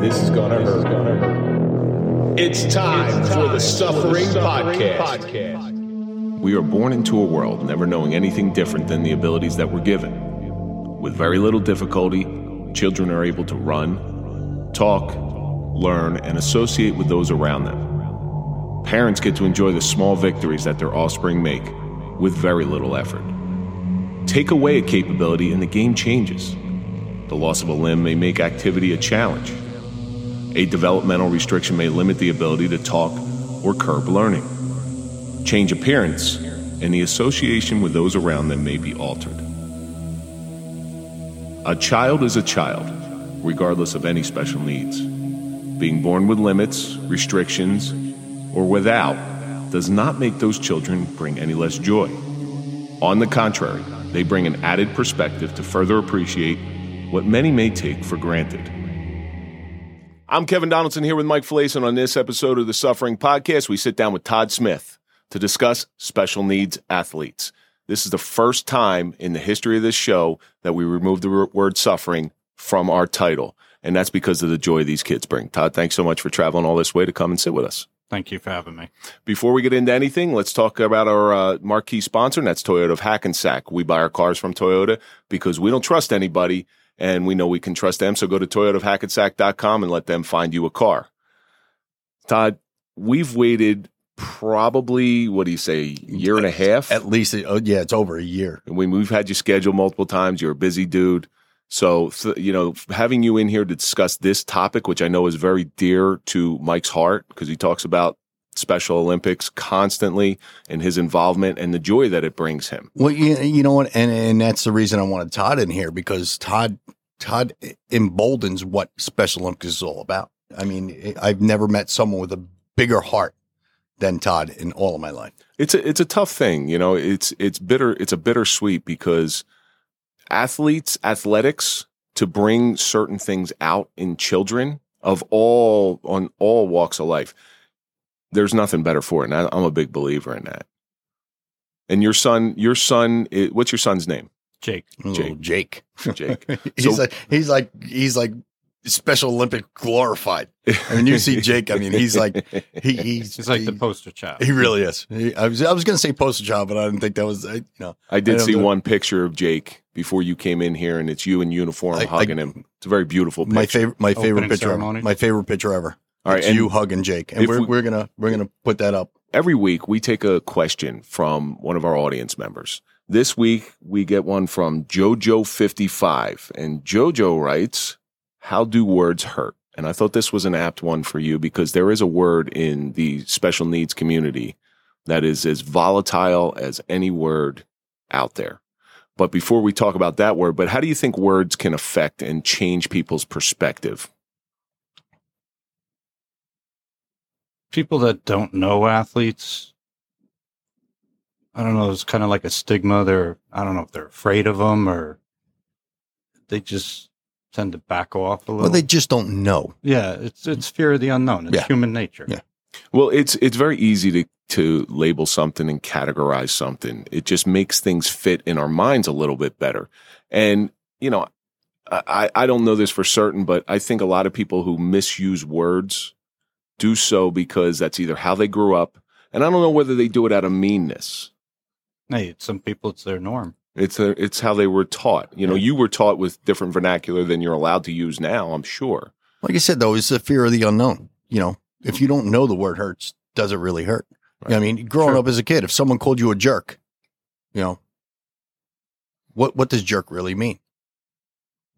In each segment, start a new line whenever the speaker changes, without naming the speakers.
This is gonna hurt. It's time, for the Suffering, podcast.
We are born into a world never knowing anything different than the abilities that we're given. With very little difficulty, children are able to run, talk, learn, and associate with those around them. Parents get to enjoy the small victories that their offspring make with very little effort. Take away a capability and the game changes. The loss of a limb may make activity a challenge. A developmental restriction may limit the ability to talk or curb learning change appearance, and the association with those around them may be altered. A child is a child, regardless of any special needs. Being born with limits, restrictions, or without does not make those children bring any less joy. On the contrary, they bring an added perspective to further appreciate what many may take for granted. I'm Kevin Donaldson here with Mike Flason on this episode of the Suffering Podcast. We sit down with Todd Smith to discuss special needs athletes. This is the first time in the history of this show that we removed the r- word suffering from our title. And that's because of the joy these kids bring. Todd, thanks so much for traveling all this way to come and sit with us.
Thank you for having me.
Before we get into anything, let's talk about our uh, marquee sponsor, and that's Toyota of Hackensack. We buy our cars from Toyota because we don't trust anybody and we know we can trust them. So go to toyotaofhackensack.com and let them find you a car. Todd, we've waited probably, what do you say, a year and a half?
At least, it, oh, yeah, it's over a year.
when we've had you scheduled multiple times you're a busy dude so th- you know f- having you in here to discuss this topic which i know is very dear to mike's heart because he talks about special olympics constantly and his involvement and the joy that it brings him
Well, you, you know what, and and that's the reason I wanted Todd in here because Todd Todd emboldens what Special Olympics is all about. I mean, I've never met someone with a bigger heart than Todd in all of my life.
it's a, it's a tough thing you know it's it's bitter it's a bittersweet because athletes athletics to bring certain things out in children of all on all walks of life there's nothing better for it and I, i'm a big believer in that and your son your son i- what's your son's name
Jake,
Little Jake,
jake
he's
So-
like he's like he's like Special Olympic glorified. I mean, you see Jake. I mean, he's like he, he's
he's like the
he-
poster child.
He really is. He, I was I was going to say poster child, but I didn't think that was I, you know
i
I
did
don't
see
know.
one picture of jake before you came in here and it's you in uniform
I- I-
hugging him it's a very beautiful picture
my favorite my favorite
Opening
picture
ceremony.
ever. my favorite picture ever.
All right,
It's
and-
you hugging Jake, and
If
we're
we-
we're gonna we're gonna put that up.
every week we take a question from one of our audience members. This week we get one from JoJo55. And JoJo writes, How do words hurt? And I thought this was an apt one for you because there is a word in the special needs community that is as volatile as any word out there. But before we talk about that word, but how do you think words can affect and change people's perspective?
People that don't know athletes, I don't know. It's kind of like a stigma. They're I don't know if they're afraid of them or they just tend to back off a little.
Well, they just don't know.
yeah, it's it's fear of the unknown. It's
Yeah.
human nature.
Yeah.
Well, it's it's very easy to to label something and categorize something. It just makes things fit in our minds a little bit better. And you know, I I I don't know this for certain, but I think a lot of people who misuse words do so because that's either how they grew up, and I don't know whether they do it out of meanness.
Hey, some people it's their norm.
It's a, it's how they were taught. You know, you were taught with different vernacular than you're allowed to use now. I'm sure.
Like I said, though, it's the fear of the unknown. You know, if you don't know the word hurts, does it really hurt? You know what I mean, growing
Sure.
up as a kid, if someone called you a jerk, you know, what what does jerk really mean?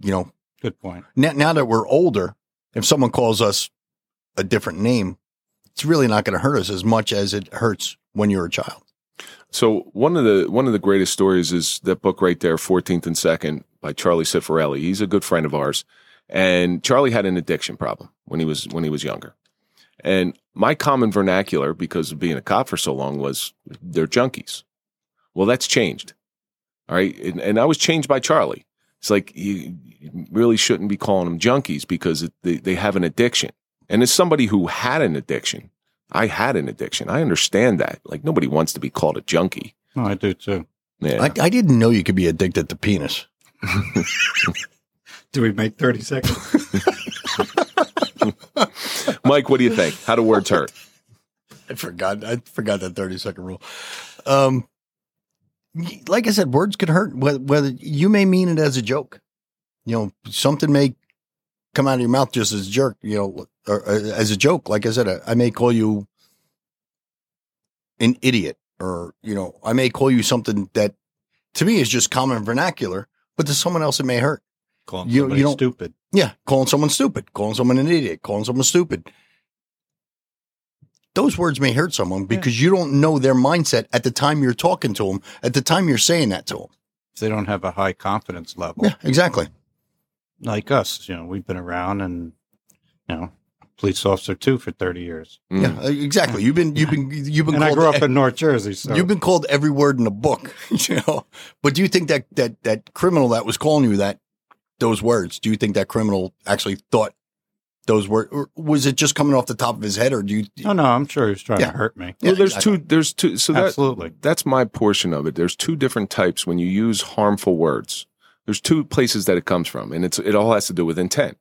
You know,
Good point.
now, now that we're older, if someone calls us a different name, it's really not going to hurt us as much as it hurts when you're a child.
So one of the one of the greatest stories is that book right there, Fourteenth and Second by Charlie Cifarelli. He's a good friend of ours, and Charlie had an addiction problem when he was when he was younger. And my common vernacular, because of being a cop for so long, was they're junkies. Well, that's changed. All right, and, and I was changed by Charlie. It's like you you really shouldn't be calling them junkies because it- they, they have an addiction. And as somebody who had an addiction, I had an addiction. I understand that. Like nobody wants to be called a junkie.
No, I do too.
Yeah.
I, I didn't know you could be addicted to penis.
Do we make thirty seconds?
Mike, what do you think? How do words hurt?
I forgot. I forgot that thirty second rule. Um, like I said, words can hurt. Whether, whether you may mean it as a joke, you know, something may come out of your mouth just as a jerk, you know, or, or as a joke. Like I said, I, I may call you an idiot, or you know, I may call you something that to me is just common vernacular, but to someone else it may hurt.
Calling
You- you
somebody
don't-
stupid.
Yeah, calling someone stupid, calling someone an idiot, calling someone stupid. Those words may hurt someone because you don't know their mindset at the time you're talking to them, at the time you're saying that to them.
If they don't have a high confidence level,
Yeah, exactly.
like us, you know, we've been around and, you know, police officer too for 30 years.
Mm.
Yeah, uh, exactly. You've been you've been you've been
And I
called e-,
grew up in North Jersey. So
you've been called every word in the book, you know. But do you think that that that criminal that was calling you that those words, do you think that criminal actually thought those words or was it just coming off the top of his head or do you
no, no, I'm sure he was trying
Yeah.
to hurt me.
Yeah,
well, there's
exactly.
two. There's two. So that,
Absolutely.
that's my portion of it. There's two different types when you use harmful words. There's two places that it comes from, and it's it all has to do with intent.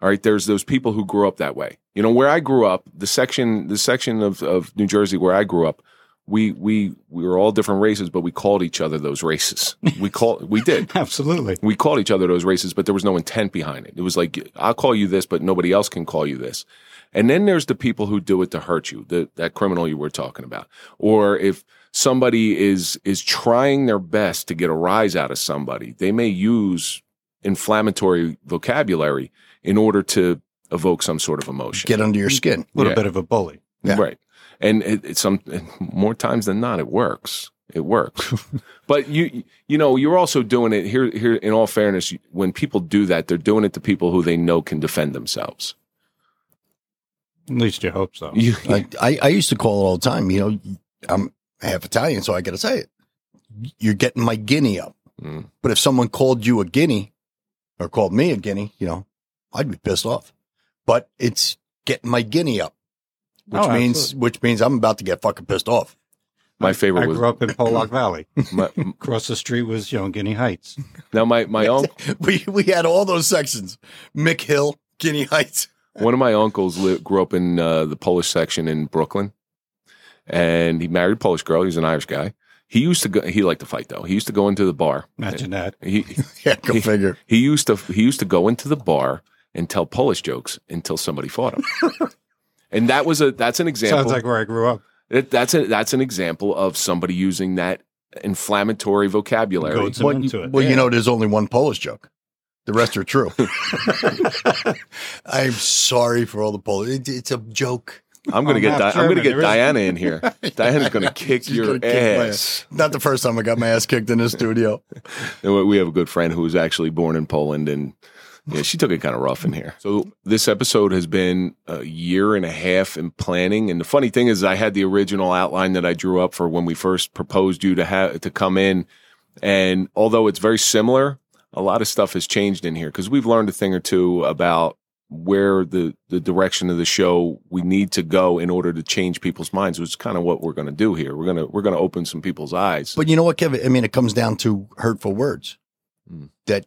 All right, there's those people who grew up that way. You know, where I grew up, the section the section of, of New Jersey where I grew up, we we we were all different races, but we called each other those races. We call we did.
Absolutely.
We called each other those races, but there was no intent behind it. It was like, I'll call you this, but nobody else can call you this. And then there's the people who do it to hurt you, the, that criminal you were talking about. Or if somebody is, is trying their best to get a rise out of somebody, they may use inflammatory vocabulary in order to evoke some sort of emotion.
get under your
Mm.
skin?
A little
Yeah.
bit of a bully.
Yeah.
Right. And it, it's some and more times than not, it works. It works. but you you know you're also doing it here here. In all fairness, when people do that, they're doing it to people who they know can defend themselves.
At least you hope so.
You-
I, I, I used to call it all the time. You know, I'm half Italian, so I got to say it. You're getting my guinea up.
Mm.
But if someone called you a guinea or called me a guinea, you know, I'd be pissed off. But it's getting my guinea up, which
Oh,
means
absolutely.
which means I'm about to get fucking pissed off.
my favorite
I
was
grew up in Pollock Valley.
my,
Across the street was, you know, Guinea Heights.
now my my uncle.
We we had all those sections: Mick Hill, Guinea Heights.
One of my uncles li- grew up in uh, the Polish section in Brooklyn, and he married a Polish girl. He's an Irish guy. He used to go. He liked to fight though. He used to go into the bar.
Imagine that.
He
Yeah, go
Yeah.
figure.
He used to he used to go into the bar and tell Polish jokes until somebody fought him. and that was a that's an example.
Sounds like where I grew up.
That- that's a, that's an example of somebody using that inflammatory vocabulary.
Goats
Well,
into it.
Well, you know, there's only one Polish joke. The rest are true. I'm sorry for all the Polish. It, it's a joke.
I'm going to
I'm
get
half
Di- I'm going to
German.
get
There is-
Diana in here. Diana's going to kick
She's
your
gonna kick my
ass.
Not the first time I got my ass kicked in the studio.
And we- We have a good friend who was actually born in Poland, and yeah, she took it kind of rough in here. So this episode has been a year and a half in planning. And the funny thing is, I had the original outline that I drew up for when we first proposed you to have to come in, and although it's very similar, a lot of stuff has changed in here because we've learned a thing or two about where the the direction of the show we need to go in order to change people's minds which is kind of what we're going to do here we're going to we're going to open some people's eyes
But you know what, Kevin? I mean, it comes down to hurtful words.
Mm.
That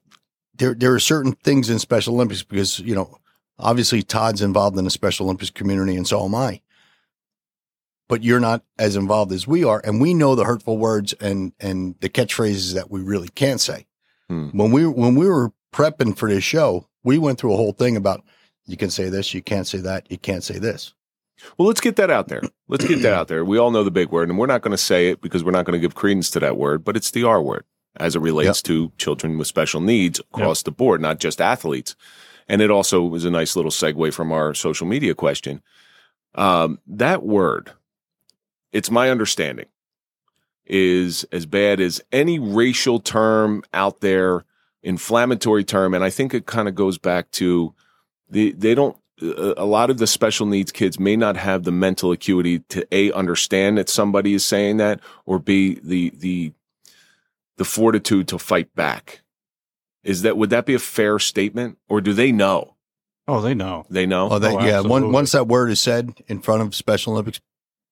there there are certain things in Special Olympics because you know obviously Todd's involved in the Special Olympics community and so am I. But you're not as involved as we are, and we know the hurtful words and and the catchphrases that we really can't say.
Hmm.
When we when we were prepping for this show, we went through a whole thing about you can say this, you can't say that, you can't say this.
Well, let's get that out there. Let's get that out there. We all know the big word, and we're not going to say it because we're not going to give credence to that word, but it's the R word as it relates to children with special needs across the board, not just athletes. And it also was a nice little segue from our social media question. Um, that word, it's my understanding, is as bad as any racial term out there, inflammatory term. And I think it kind of goes back to the, they don't a a lot of the special needs kids may not have the mental acuity to a understand that somebody is saying that or b the the the fortitude to fight back is that would that be a fair statement or do they know
Oh, they know.
they know
Oh, that,
Oh,
yeah. One,
absolutely.
once that word is said in front of Special Olympics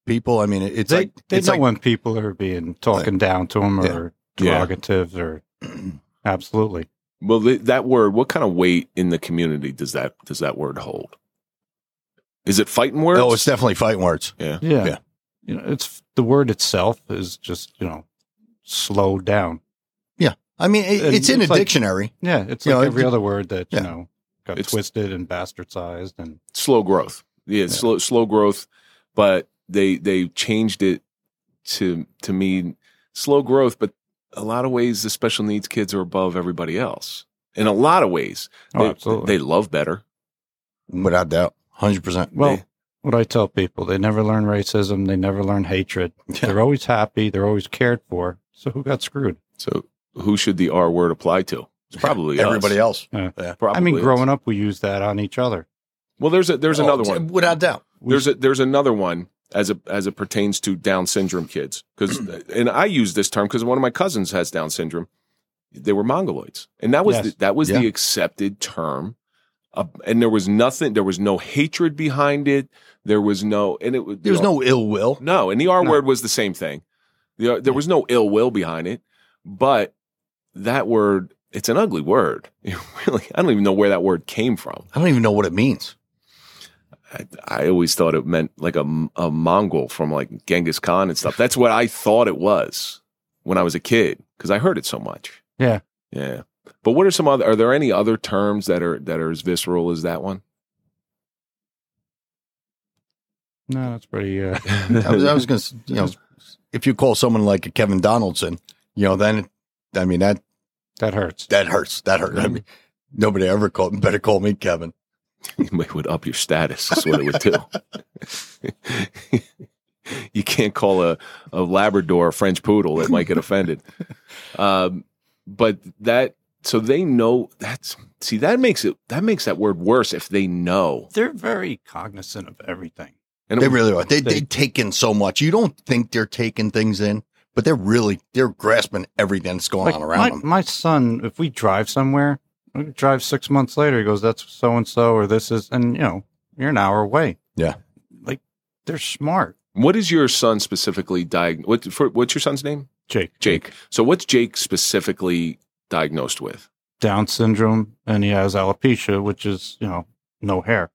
people, I mean, it, it's
they
like
they
it's
know
like
when people are being talking down to them
Yeah.
or
Yeah.
derogative or absolutely.
well th- that word what kind of weight in the community does that does that word hold Is it fighting words?
No, Oh, it's definitely fighting words.
yeah.
Yeah.
Yeah.
You know, it's the word itself is just, you know, slow down.
I mean, it,
And
it's in
it's
a
like-
dictionary.
Yeah. It's
You
like
know,
every
it-
other word that,
yeah.
you know, got
It's-
twisted and bastardized and
slow growth. Yeah, slow slow growth, but they they changed it to to mean slow growth. But a lot of ways, the special needs kids are above everybody else. In a lot of ways,
Oh,
they,
absolutely.
they love better.
Without doubt. 100%.
Well,
They-
what I tell people, they never learn racism, they never learn hatred.
Yeah.
They're always happy, they're always cared for. So who got screwed?
So, who should the R word apply to? It's probably
Everybody
Us.
else.
Probably
I mean,
us.
growing up, we use that on each other.
Well, there's a, there's
Oh,
another
t-
one.
Without doubt.
We-
There's a, there's another one as it as it pertains to Down syndrome kids because and I use this term because one of my cousins has Down syndrome. They were mongoloids, and that was
Yes.
the, that was the
Yeah.
accepted term, uh, and there was nothing. There was no hatred behind it. There was no and it was-
There's
you know,
no ill will.
no and the R
No.
word was the same thing. The, there was no ill will behind it, but that word it's an ugly word. It really, I don't even know where that word came from.
I don't even know what it means.
I, I always thought it meant like a, a Mongol from like Genghis Khan and stuff. That's what I thought it was when I was a kid because I heard it so much.
Yeah.
Yeah. But what are some other, are there any other terms that are, that are as visceral as that one?
no, that's pretty. Uh,
I was, I was going to, you know, if you call someone like a Kevin Donaldson, you know, then, I mean, that,
that hurts.
that hurts. That hurt.
Mm-hmm.
I mean, nobody ever called, better call me Kevin.
it would up your status. That's what it would do. you can't call a, a Labrador a French poodle. They might get offended. Um, but that, so they know that's, see, that makes it, that makes that word worse if they know.
They're very cognizant of everything.
And
They
it,
really are. They, they,
They-
take in so much. You don't think they're taking things in, but they're really, they're grasping everything that's going
Like
on
my,
around them.
my son, if we drive somewhere, we drive six months later, he goes, "That's so and so," or "This is," and you know, you're an hour away.
Yeah.
like they're smart.
What is your son specifically diag? What for, what's your son's name?
Jake,
Jake. So what's Jake specifically diagnosed with?
Down syndrome, and he has alopecia, which is you know no hair.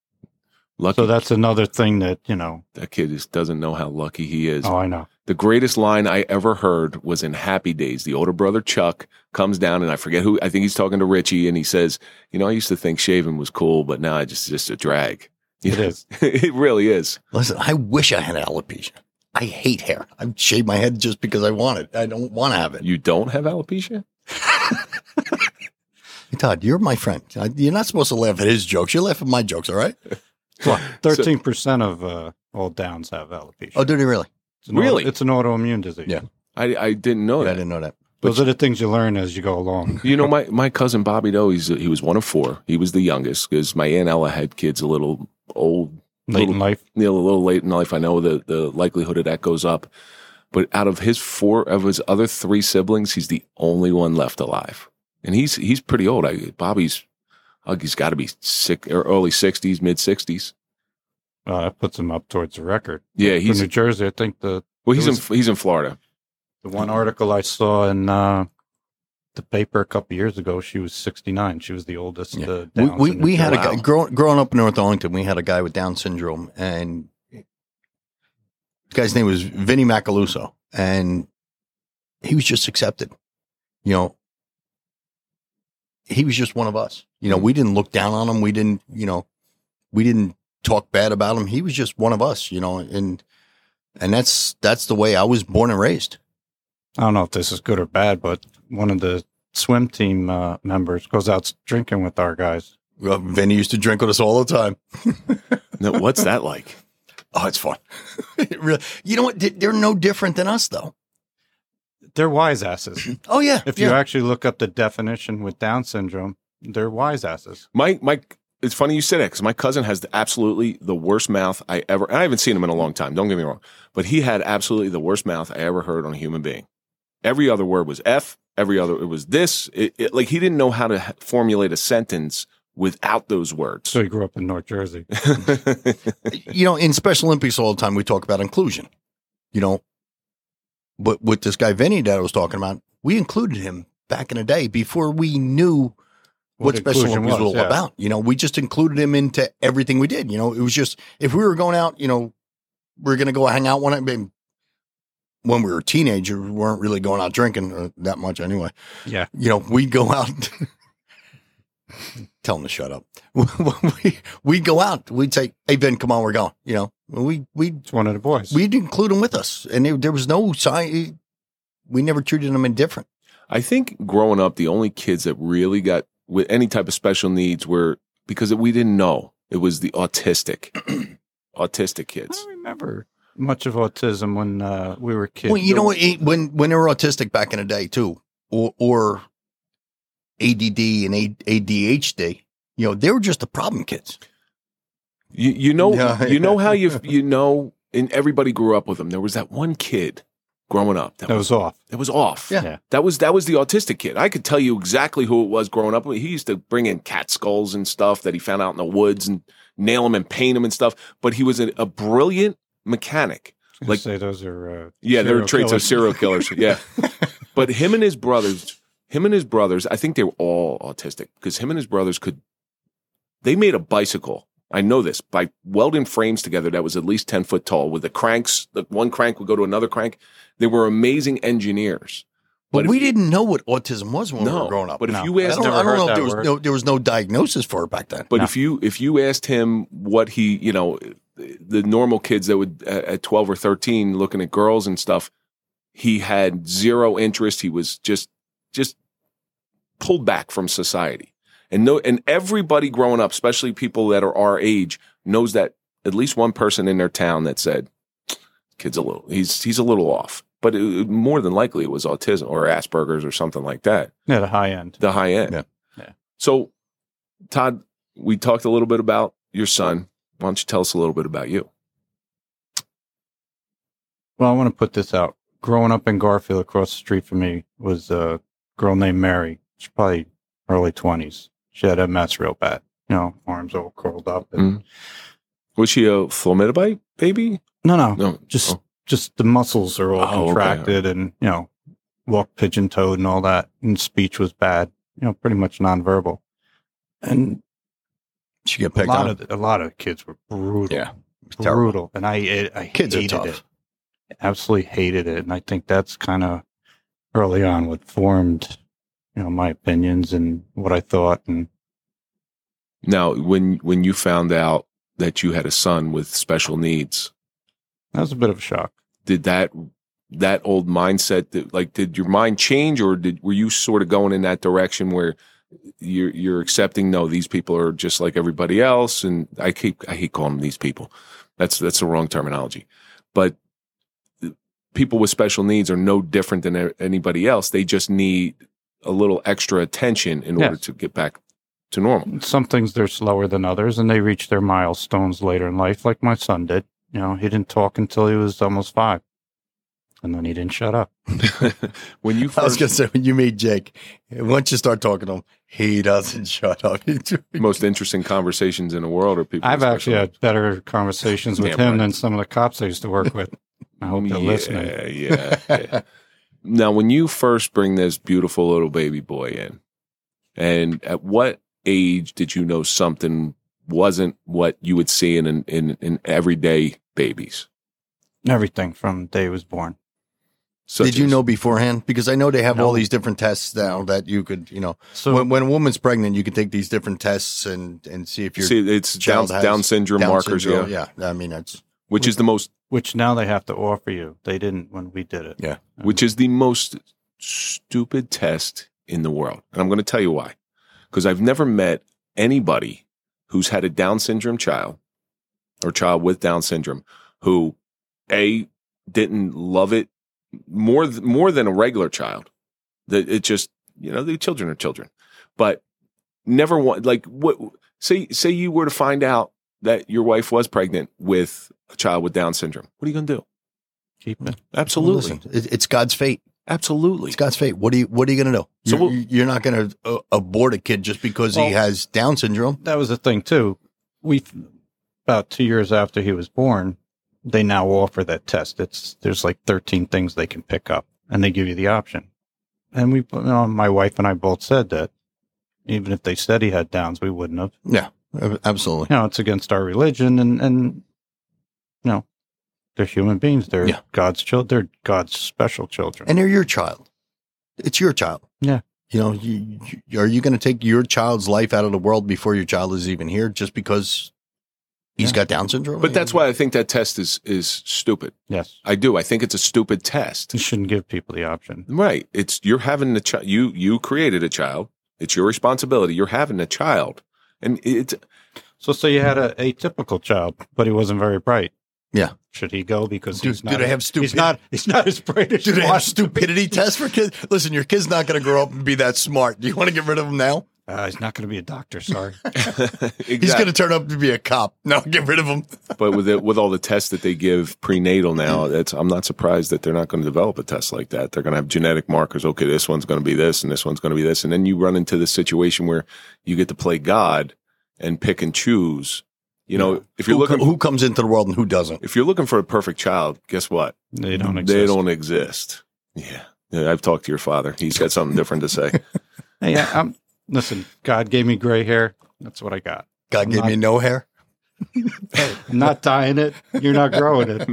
Lucky
So that's another thing that you know.
that kid just doesn't know how lucky he is.
Oh, I know.
The greatest line I ever heard was in Happy Days. The older brother Chuck comes down, and I forget who. I think he's talking to Richie, and he says, "You know, I used to think shaving was cool, but now it's just just a drag.
It is.
it really is.
Listen, I wish I had alopecia. I hate hair. I shave my head just because I want it. I don't want to have it.
You don't have alopecia?
Hey, Todd, you're my friend. I- You're not supposed to laugh at his jokes. You laugh at my jokes, all right?
Thirteen percent of uh, all Downs have alopecia.
Oh, do they really?
It's an auto-
really?
it's an autoimmune disease.
Yeah.
I I didn't
Oh,
know
I
that.
didn't know that.
Those are the things you learn as you go along.
You know, my, my cousin Bobby Doe, he's, he was one of four. He was the youngest because my aunt Ella had kids a little old,
Late in life.
you know, a little late in life. I know the, the likelihood of that goes up. But out of his four, of his other three siblings, he's the only one left alive. And he's, he's pretty old. I, Bobby's, uh, he's got to be sick or early 60s, mid 60s.
Uh, that puts him up towards the record.
Yeah, he's
For New Jersey, I think the
well, he's
it
in
was-
he's in Florida.
the one article I saw in uh, the paper a couple years ago, she was 69. She was the oldest.
Yeah.
Uh,
We,
Downs
we,
in
we had a
Jersey.
guy, grow, growing up in North Arlington, we had a guy with Down syndrome, and the guy's name was Vinny Macaluso, and he was just accepted. You know, he was just one of us. You know, we didn't look down on him. We didn't, you know, we didn't talk bad about him. He was just one of us, you know, and, and that's, that's the way I was born and raised.
I don't know if this is good or bad, but one of the swim team uh, members goes out drinking with our guys.
Well, Vinny used to drink with us all the time.
Now, what's that like?
Oh, it's fun. It really- you know what? They- They're no different than us, though.
They're wise asses.
Oh yeah.
if
yeah.
you actually look up the definition with Down syndrome, they're wise asses.
My my it's funny you said that because my cousin has the, absolutely the worst mouth I ever. And I haven't seen him in a long time. Don't get me wrong, but he had absolutely the worst mouth I ever heard on a human being. Every other word was f. Every other it was this. It, it, like he didn't know how to h- formulate a sentence without those words.
So he grew up in North Jersey.
you know, in Special Olympics all the time we talk about inclusion. You know, but with this guy Vinny that I was talking about, we included him back in the day before we knew what, Special
inclusion
Olympics was,
was,
all
yeah.
about. You know, we just included him into everything we did. You know, it was just if we were going out, you know, we are going to go hang out one night. maybe When we were teenagers, we weren't really going out drinking uh, that much anyway.
Yeah.
You know, we'd go out. Tell him to shut up. we we go out. We'd say, "Hey Ben, come on, we're going." You know, we we
It's one of the boys.
we'd include them with us, and there- there was no sign. We never treated them indifferent.
I think growing up, the only kids that really got with any type of special needs were because we didn't know it was the autistic, autistic
I
kids.
don't remember much of autism when uh, we were kids.
Well, you know, it, when when they were autistic back in the day too, or or ADD and A- ADHD, you know, they were just the problem kids.
You you know
Yeah.
you know how you you know, and everybody grew up with them. There was that one kid growing up that
that
was
was off.
that was off.
Yeah.
Yeah.
That was that was the autistic kid. I could tell you exactly who it was growing up. He used to bring in cat skulls and stuff that he found out in the woods and nail them and paint them and stuff. But he was a, a brilliant mechanic. Like-
Like say those are uh,
Yeah, there are
serial
traits of
killers.
serial killers. Yeah. but him and his brothers, him and his brothers, I think they were all autistic because him and his brothers could, they made a bicycle. I know this by welding frames together that was at least 10 foot tall with the cranks, like one crank would go to another crank. They were amazing engineers.
But,
if
we
you-
didn't know what autism was when we
No,
were growing up.
But
No.
if you
I
asked
don't,
never
I don't
heard
know if
that
there was
word.
no there was no diagnosis for it back then.
But
No.
if you if you asked him what he you know the normal kids that would at at twelve or thirteen looking at girls and stuff, he had zero interest. He was just just pulled back from society, and no and everybody growing up, especially people that are our age, knows that at least one person in their town that said, "Kid's a little he's he's a little off." But it, more than likely, it was autism or Asperger's or something like that
yeah, the high end.
the high end.
Yeah.
Yeah.
So, Todd, we talked a little bit about your son. Why don't you tell us a little bit about you?
Well, I want to put this out. Growing up in Garfield, across the street from me was a girl named Mary. She's probably early twenties. She had MS real bad. You know, arms all curled up. And,
Mm. Was she a thalidomide baby?
No, no,
No.
just
Oh.
just the muscles are all
Oh, okay.
contracted, and you know, walked pigeon toed and all that. And speech was bad. You know, pretty much nonverbal. And
she get
a
picked
lot
on.
of the, a lot of kids were brutal.
Yeah. It's terrible.
brutal. And I, I, I
Kids are
hated
tough.
it. Absolutely hated it. And I think that's kind of early on what formed, you know, my opinions and what I thought. And
Now, when when you found out that you had a son with special needs,
that was a bit of a shock.
did that that old mindset that like did your mind change or did were you sort of going in that direction where you're you're accepting no these people are just like everybody else and I keep I hate calling them these people that's that's the wrong terminology but people with special needs are no different than a- anybody else they just need a little extra attention in order
Yes.
to get back to normal
Some things they're slower than others and they reach their milestones later in life, like my son did. You know, he didn't talk until he was almost five. And then he didn't shut up.
when you
I was
first
gonna say when you meet Jake, once you start talking to him, he doesn't shut up.
most interesting conversations in the world are people
I've
with special
actually
needs.
had better conversations with
Damn
him
right.
than some of the cops I used to work with. I hope they're listening.
Yeah, yeah, yeah. now, when you first bring this beautiful little baby boy in, and at what age did you know something wasn't what you would see in in, in, in everyday babies?
Everything from the day he was born.
Such
Did you
as-
know beforehand? Because I know they have
No.
all these different tests now that you could, you know,
So
when, when a woman's pregnant, you can take these different tests and and see if you're
see it's down,
child has
down syndrome
Down
markers,
syndrome.
yeah,
I mean, that's
which is the most
which now they have to offer you. They didn't when we did it.
Yeah.
Um,
which is the most stupid test in the world. And I'm going to tell you why. Because I've never met anybody who's had a Down syndrome child or child with Down syndrome who a didn't love it more th- more than a regular child. That it just you know the children are children, but never want like what say say you were to find out that your wife was pregnant with a child with Down syndrome. What are you going to do?
keep it.
Absolutely,
Listen, it, it's God's fate.
absolutely.
It's God's fate. What are you What are you going to do?
So
You're,
we'll-
you're not going to uh, abort a kid just because he
Well-
has Down syndrome.
That was the thing too. We about two years after he was born, they now offer that test. It's there's like 13 things they can pick up, and they give you the option. And we, you know, my wife and I both said that Even if they said he had downs, we wouldn't have.
Yeah, ab- Uh, absolutely.
You know, it's against our religion, and and you know, they're human beings. They're
Yeah.
God's children. They're God's special children.
And they're your child. It's your child.
Yeah.
You know, you, you, are you going to take your child's life out of the world before your child is even here just because he's
Yeah.
got Down syndrome?
But that's why I think that test is is stupid.
yes,
I do. I think it's a stupid test.
you shouldn't give people the option.
Right. It's you're having the child. You you created a child. It's your responsibility. You're having a child, and it's
So, say you had a atypical child, but he wasn't very bright.
Yeah.
should he go because
Do,
he's not?
do they have
he's
stupid?
not. He's not as bright as
Do
you
they have
want.
stupidity tests for kids? Listen, your kid's not going to grow up and be that smart. Do you want to get rid of him now?
Uh, he's not going to be a doctor. Sorry.
exactly.
He's going to turn up to be a cop. No, get rid of him.
but with it, with all the tests that they give prenatal now, that's I'm not surprised that they're not going to develop a test like that. They're going to have genetic markers. Okay, this one's going to be this, and this one's going to be this, and then you run into this situation where you get to play God and pick and choose. You know, if you're
who,
looking
who comes into the world and who doesn't?
if you're looking for a perfect child, guess what?
They don't exist.
They don't exist. Yeah. Yeah, I've talked to your father. He's got something different to say.
Hey, I- I'm listen. God gave me gray hair. That's what I got.
God gave me no hair.
I'm not dying it. You're not growing it.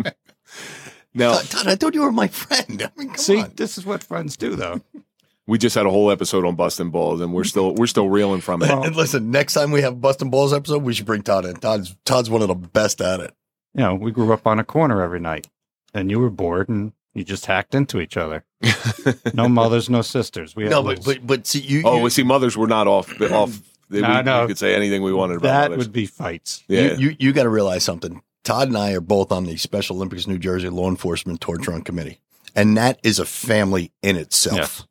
Now,
Todd, Todd, I thought you were my friend. I mean, come
See,
on.
this is what friends do, though.
we just had a whole episode on busting balls, and we're still we're still reeling from it.
And listen, next time we have Bustin' Balls episode, we should bring Todd in. Todd's Todd's one of the best at it.
You know, we grew up on a corner every night, and you were bored, and you just hacked into each other. No mothers, no sisters. We had
no, but,
rules.
but but see you.
Oh,
you-
well, see, mothers were not off. Off. They,
No,
we,
no.
we could say anything we wanted about
that
mothers.
would be fights.
yeah.
You, you, you got to realize something. Todd and I are both on the Special Olympics New Jersey Law Enforcement Torture on Committee, and that is a family in itself.
Yes.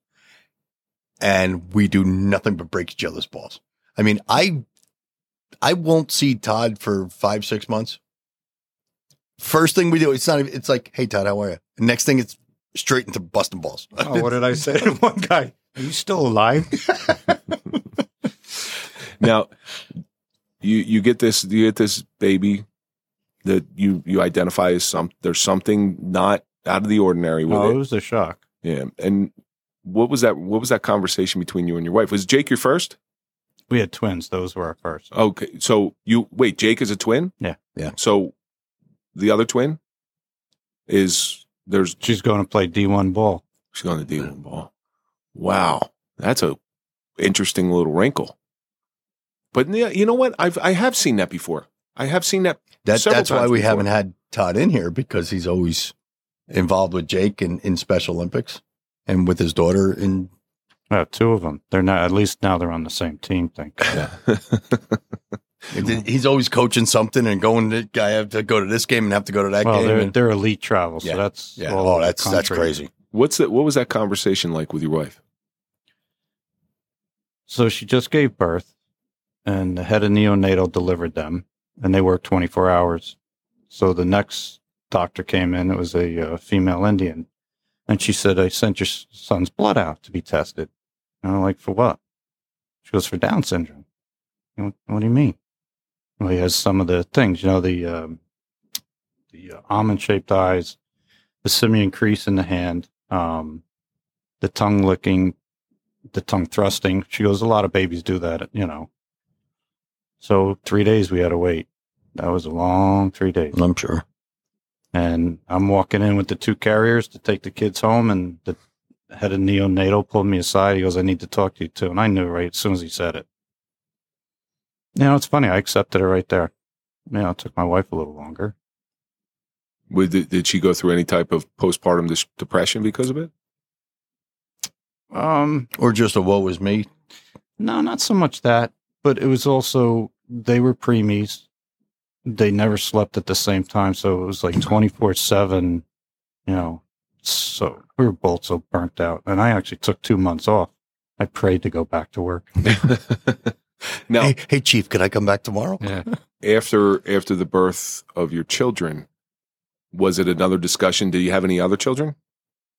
And we do nothing but break each other's balls. I mean, I I won't see Todd for five six months. First thing we do, it's not. even- It's like, hey Todd, how are you? Next thing, it's straight into busting balls.
Oh, what did I say to one guy? Are you still alive?
now, you you get this you get this baby that you you identify as some there's something not out of the ordinary with
No, it
it.
was a shock.
Yeah. And what was that? What was that conversation between you and your wife? Was Jake your first?
We had twins. Those were our first.
Okay. So you wait, Jake is a twin?
Yeah.
Yeah.
So the other twin is there's
She's going to play D1 ball.
she's going to D one ball. Wow. That's a interesting little wrinkle. But yeah, you know what? I've I have seen that before. I have seen that
That,
Several
that's why
times
we
before.
haven't had Todd in here because he's always involved with Jake in, in Special Olympics and with his daughter. And
Uh, two of them. They're not. At least now they're on the same team. Thank God.
he's always coaching something and going. To, I have to go to this game and have to go to that
well,
game.
they're,
and-
they're elite travel, so
Yeah.
that's
yeah.
all over
Oh,
the
that's that's
country.
crazy.
What's that? What was that conversation like with your wife?
So she just gave birth, and the head of neonatal delivered them, and they worked 24 hours. So the next doctor came in. It was a uh, female Indian, and she said, "I sent your s- son's blood out to be tested." And I'm like, "For what?" She goes, "For Down syndrome." You know, what do you mean? Well, he has some of the things, you know, the um, the uh, almond-shaped eyes, the simian crease in the hand, um, the tongue licking, the tongue thrusting. She goes, a lot of babies do that, you know. So three days we had to wait. That was a long three days.
I'm sure.
And I'm walking in with the two carriers to take the kids home, and the head of neonatal pulled me aside. He goes, I need to talk to you too. And I knew right as soon as he said it. You know, it's funny. I accepted it right there. You know, it took my wife a little longer.
With, did, did she go through any type of postpartum dis- depression because of it?
Um,
Or just a woe is me.
No, not so much that, but it was also they were preemies. They never slept at the same time, so it was like twenty four seven. You know, so we were both so burnt out, and I actually took two months off. I prayed to go back to work.
now,
Hey, hey, Chief, could I come back tomorrow?
Yeah,
after after the birth of your children, was it another discussion? Did you have any other children?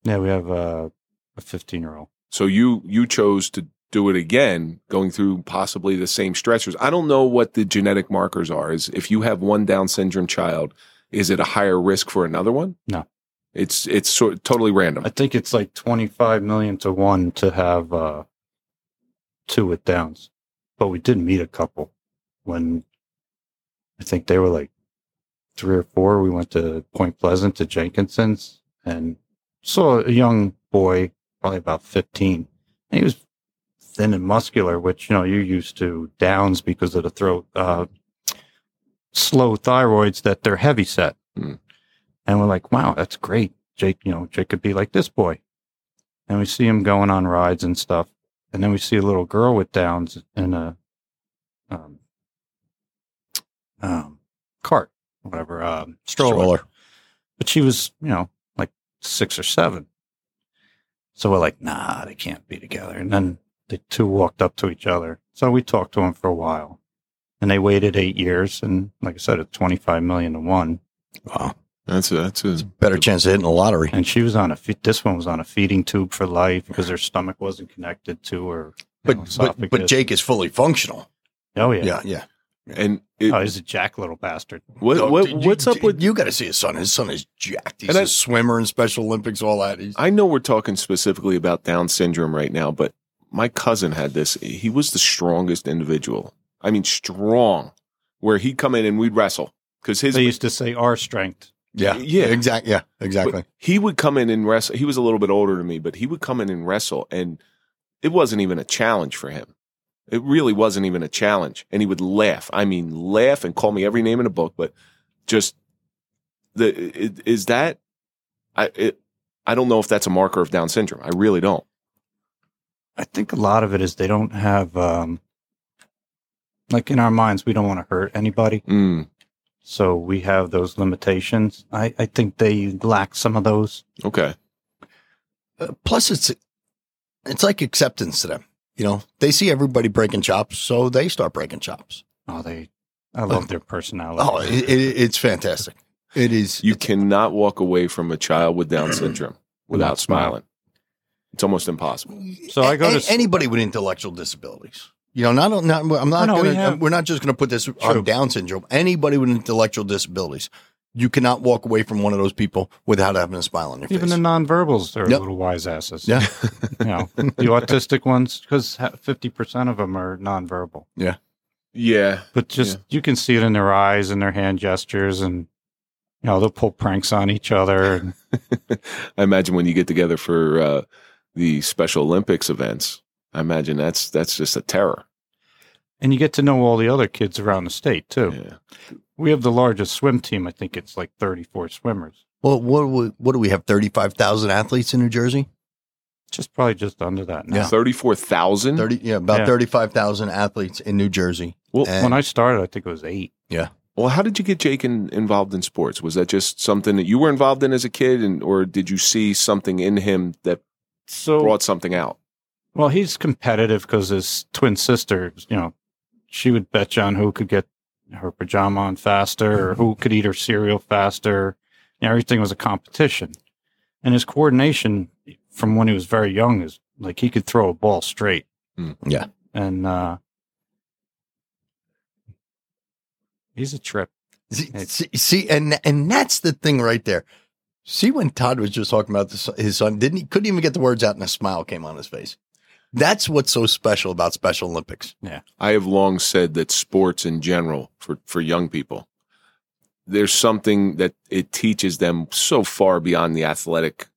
yeah. We have uh, a fifteen year old.
So you you chose to do it again, going through possibly the same stressors. I don't know what the genetic markers are. Is if you have one Down syndrome child, is it a higher risk for another one?
No.
it's it's sort totally random.
I think it's like twenty five million to one to have uh, two with Downs. but we did meet a couple when I think they were like three or four. We went to Point Pleasant to Jenkinson's and saw a young boy, probably about 15. And he was thin and muscular, which, you know, you're used to downs because of the throat, uh, slow thyroids that they're heavy set.
Mm.
And we're like, wow, that's great. Jake, you know, Jake could be like this boy. And we see him going on rides and stuff. And then we see a little girl with downs in a um, um, cart, whatever, um, stroller but she was, you know, like six or seven. So we're like, nah, they can't be together. And then the two walked up to each other. So we talked to them for a while and they waited eight years. And like I said, it's 25 million to one.
Wow.
That's a, that's a
Better chance of hitting the lottery.
And she was on a, fe- this one was on a feeding tube for life because her stomach wasn't connected to her. you know,
But, but but
esophagus.
Jake is fully functional.
oh yeah.
Yeah, yeah.
and it,
Oh, he's a jack little bastard.
what,
Dog,
what
dude, you-
what's up with
you? Got to see his son. His son is jacked. He's
And I-
a swimmer in Special Olympics. All that. He's,
I know we're talking specifically about Down syndrome right now, but my cousin had this. He was the strongest individual. I mean, strong. Where he'd come in and we'd wrestle because his
They used to say our strength.
yeah,
Yeah.
exactly. Yeah, exactly.
But he would come in and wrestle. He was a little bit older than me, but he would come in and wrestle, and it wasn't even a challenge for him. It really wasn't even a challenge, and he would laugh. I mean, laugh and call me every name in the book, but just the i- is that I it, I don't know if that's a marker of Down syndrome. I really don't.
I think a lot of it is they don't have, um, like in our minds, we don't want to hurt anybody.
Mm,
So we have those limitations. I, I think they lack some of those.
okay,
Uh, plus, it's it's like acceptance to them. You know, they see everybody breaking chops, so they start breaking chops.
Oh, they, I love their personality.
Oh, it, it, it's fantastic. It is.
you cannot walk away from a child with Down syndrome without
Without smiling.
smiling. It's almost impossible.
So I go
A-
to
a-
s-
anybody with intellectual disabilities. You know, not not I'm not
no, we
gonna
have-
we're not just gonna put this
True.
on Down syndrome. Anybody with intellectual disabilities, you cannot walk away from one of those people without having a smile on your
Even the
face.
nonverbals are
Yep.
little wise asses.
Yeah.
You know, the autistic ones, because 50% of them are nonverbal.
Yeah,
But just, you can see it in their eyes and their hand gestures, and, you know, they'll pull pranks on each other. And
I imagine when you get together for uh, the Special Olympics events, I imagine that's that's just a terror.
And you get to know all the other kids around the state too.
Yeah.
We have the largest swim team. I think it's like 34 swimmers.
well, what we- what do we have? Thirty five thousand athletes in New Jersey.
Mm-hmm. Just probably just under that now.
Yeah.
Thirty-four thousand.
Thirty, yeah, about
Yeah.
thirty five thousand athletes in New Jersey.
Well,
And-
When I started, I think it was eight.
Well, how did you get Jake in, involved in sports? Was that just something that you were involved in as a kid, and or did you see something in him that
So,
brought something out?
well, he's competitive because his twin sister, you know, she would bet you on who could get her pajama on faster or who could eat her cereal faster. You know, everything was a competition. And his coordination from when he was very young is like he could throw a ball straight.
Yeah,
and uh he's a trip
see,
Hey.
see- see, and and that's the thing right there. See, when Todd was just talking about this, his son, didn't he? Couldn't even get the words out, and a smile came on his face. That's what's so special about Special Olympics.
I have long said that sports in general for, for young people, there's something that it teaches them so far beyond the athletic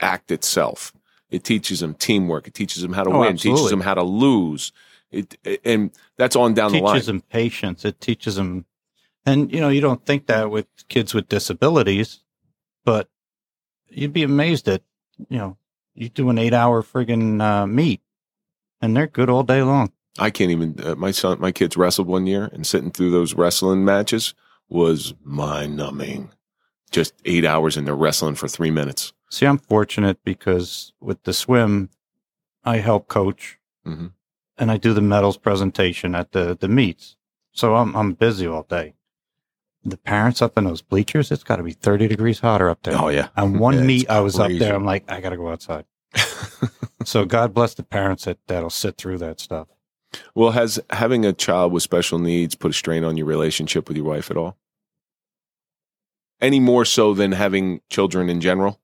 act itself. It teaches them teamwork. It teaches them how to
Oh,
win. It teaches
absolutely.
them how to lose. It, and that's on down the line.
teaches him patience it teaches him and you know you don't think that with kids with disabilities but you'd be amazed at you know you do an eight hour friggin uh, meet and they're good all day long
I can't even. Uh, my son, my kids wrestled one year, and sitting through those wrestling matches was mind numbing. Just eight hours, and they're wrestling for three minutes.
see i'm fortunate because with the swim i help coach
Mhm.
and i do the medals presentation at the the meets so i'm, I'm busy all day the parents up in those bleachers it's got to be 30 degrees hotter up
Oh,
there
yeah,
On one
It's
meet, I was up
crazy.
there. I'm like, I gotta go outside. so God bless the parents that that'll sit through that stuff.
Well, has having a child with special needs put a strain on your relationship with your wife at all? Any more so than having children in general?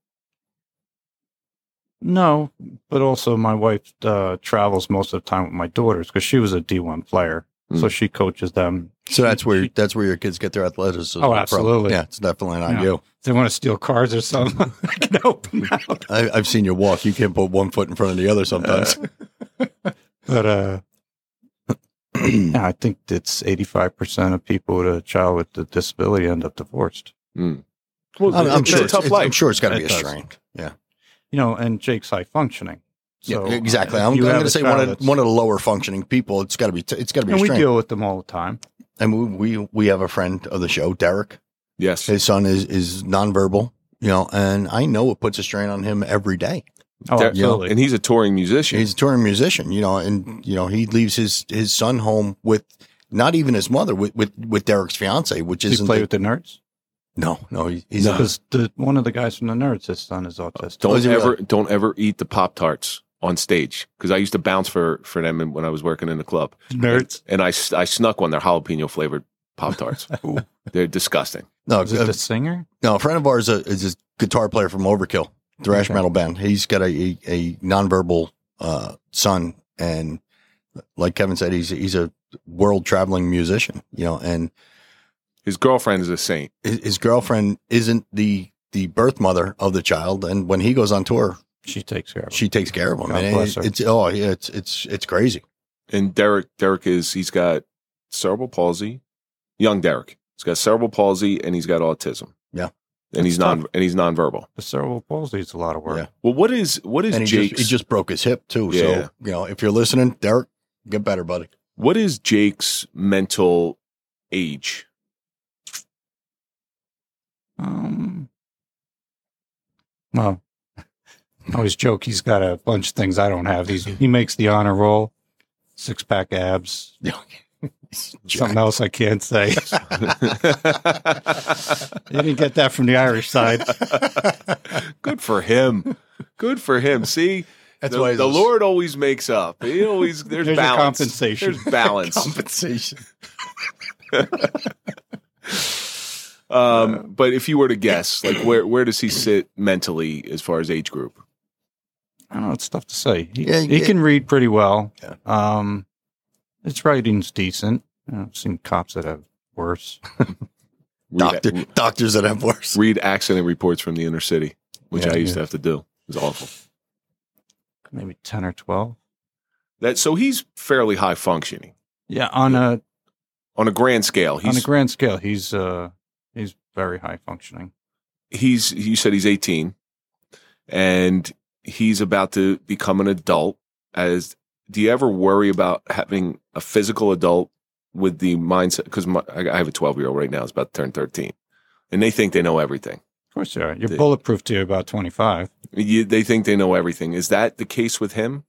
No, but also my wife uh, travels most of the time with my daughters because she was a D1 player,
Hmm.
Mm.
so she coaches them.
So that's where
she-
that's where your kids get their athleticism.
Oh,
from.
absolutely.
Yeah, it's definitely not
Yeah.
you.
If they want to steal cars or something, I can help them out.
I, I've seen you walk. You can't put one foot in front of
Uh,
the other sometimes.
But uh, yeah, I think it's 85% of people with a child with a disability end up divorced.
Well,
Hmm. I'm, I'm
it's
sure.
a tough
it's,
life.
I'm sure it's got to
It
be a
does.
strain. Yeah.
You know, and Jake's high functioning. So
yeah, exactly.
if
I'm, I'm
you have
going to
a
say
child
one of
that's-
one of the lower functioning people. It's got to be. T- it's got to be a
And we
strain.
deal with them all the time.
And we, we we have a friend of the show, Derek.
Yes.
His son is is nonverbal. You know, and I know it puts a strain on him every day.
Oh,
There-
absolutely.
And he's a touring musician.
He's a touring musician, you know, and you know he leaves his his son home with not even his mother with with, with Derek's fiance, which
Does
isn't
he play
the-
with the nerds?
no no he, he's
No.
Because the, one of the guys from the nerds, his son is autistic.
Oh,
don't
is he
ever
really?
don't ever eat the pop tarts on stage because I used to bounce for for them and- when I was working in the club.
Nerds.
And I s- I snuck one. They're jalapeno flavored pop tarts. They're disgusting.
no
Is it
uh,
the singer?
no a friend of ours uh, is a guitar player from Overkill thrash
Okay.
metal band. He's got a a, a nonverbal uh, son, and like Kevin said, he's he's a world traveling musician, you know, and
His girlfriend is a saint.
his, his girlfriend isn't the the birth mother of the child, and when he goes on tour,
She takes care of it.
she takes care of him.
God
and
bless
it-
her.
It's oh yeah, it's it's it's crazy.
And Derek Derek is he's got cerebral palsy. Young Derek. He's got cerebral palsy and he's got autism.
Yeah.
And he's
That's
non and he's nonverbal.
The cerebral palsy is a lot of work.
Yeah.
Well, what is what is
and he
Jake's
just, he just broke his hip too.
Yeah.
So you know, if you're listening, Derek, get better, buddy.
what is Jake's mental age?
Um, well, I always joke he's got a bunch of things I don't have. He's he makes the honor roll, six pack abs, something else I can't say. you didn't get that from the Irish side.
Good for him. Good for him. See,
That's
the,
why
the
he's-
Lord always makes up. He always there's,
There's your
balance.
compensation.
There's balance.
compensation.
um, but if you were to guess, like where where does he sit mentally as far as age group?
I don't know. It's tough to say. He,
Yeah,
he
yeah.
can read pretty well.
Yeah.
Um, his writing's decent. You know, I've seen cops that have worse.
Read,
Doctor, doctors that have worse.
read accident reports from the inner city, which
Yeah,
I used
yeah.
to have to do. It was awful.
Maybe ten or twelve.
That so he's fairly high functioning
Yeah, on a
on a grand scale. He's
on a grand scale, he's uh he's very high functioning.
he's you said he's 18 and he's about to become an adult as do you ever worry about having a physical adult with the mindset because i I have a 12 year old right now it's about to turn 13 and they think they know everything
Of course, you are. You're
The-
bulletproof to about twenty five.
you, they think they know everything is that the case with him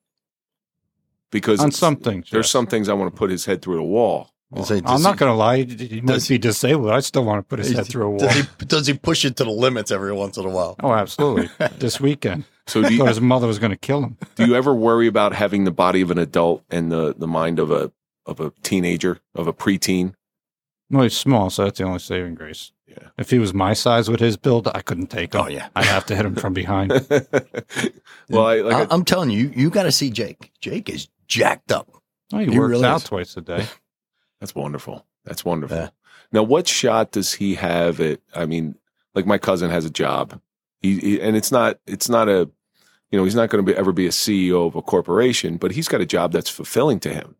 because
on
it's-
some things.
there's
yes.
some things i want to put his head through the wall
Does he-
I'm
does
not
he-
going to lie. He he
does
must be disabled. I still want to put his head through a wall.
Does he, does he push it to the limits every once in a while?
Oh, absolutely. this weekend,
so do
I
you,
thought his mother was going to kill him.
do you ever worry about having the body of an adult and the, the mind of a of a teenager of a preteen
No, he's small, so that's the only saving grace.
Yeah.
If he was my size with his build, I couldn't take him.
Oh, yeah.
I'd have to hit him from behind.
well, I, like I-
I, am telling you, you, got to see Jake. Jake is jacked up.
No, he,
He
works
really
out
is.
twice a day.
that's wonderful. That's wonderful.
Yeah.
Now, what shot does he have? At I mean, like my cousin has a job. He, he and it's not it's not a you know he's not going to be, ever be a CEO of a corporation, but he's got a job that's fulfilling to him.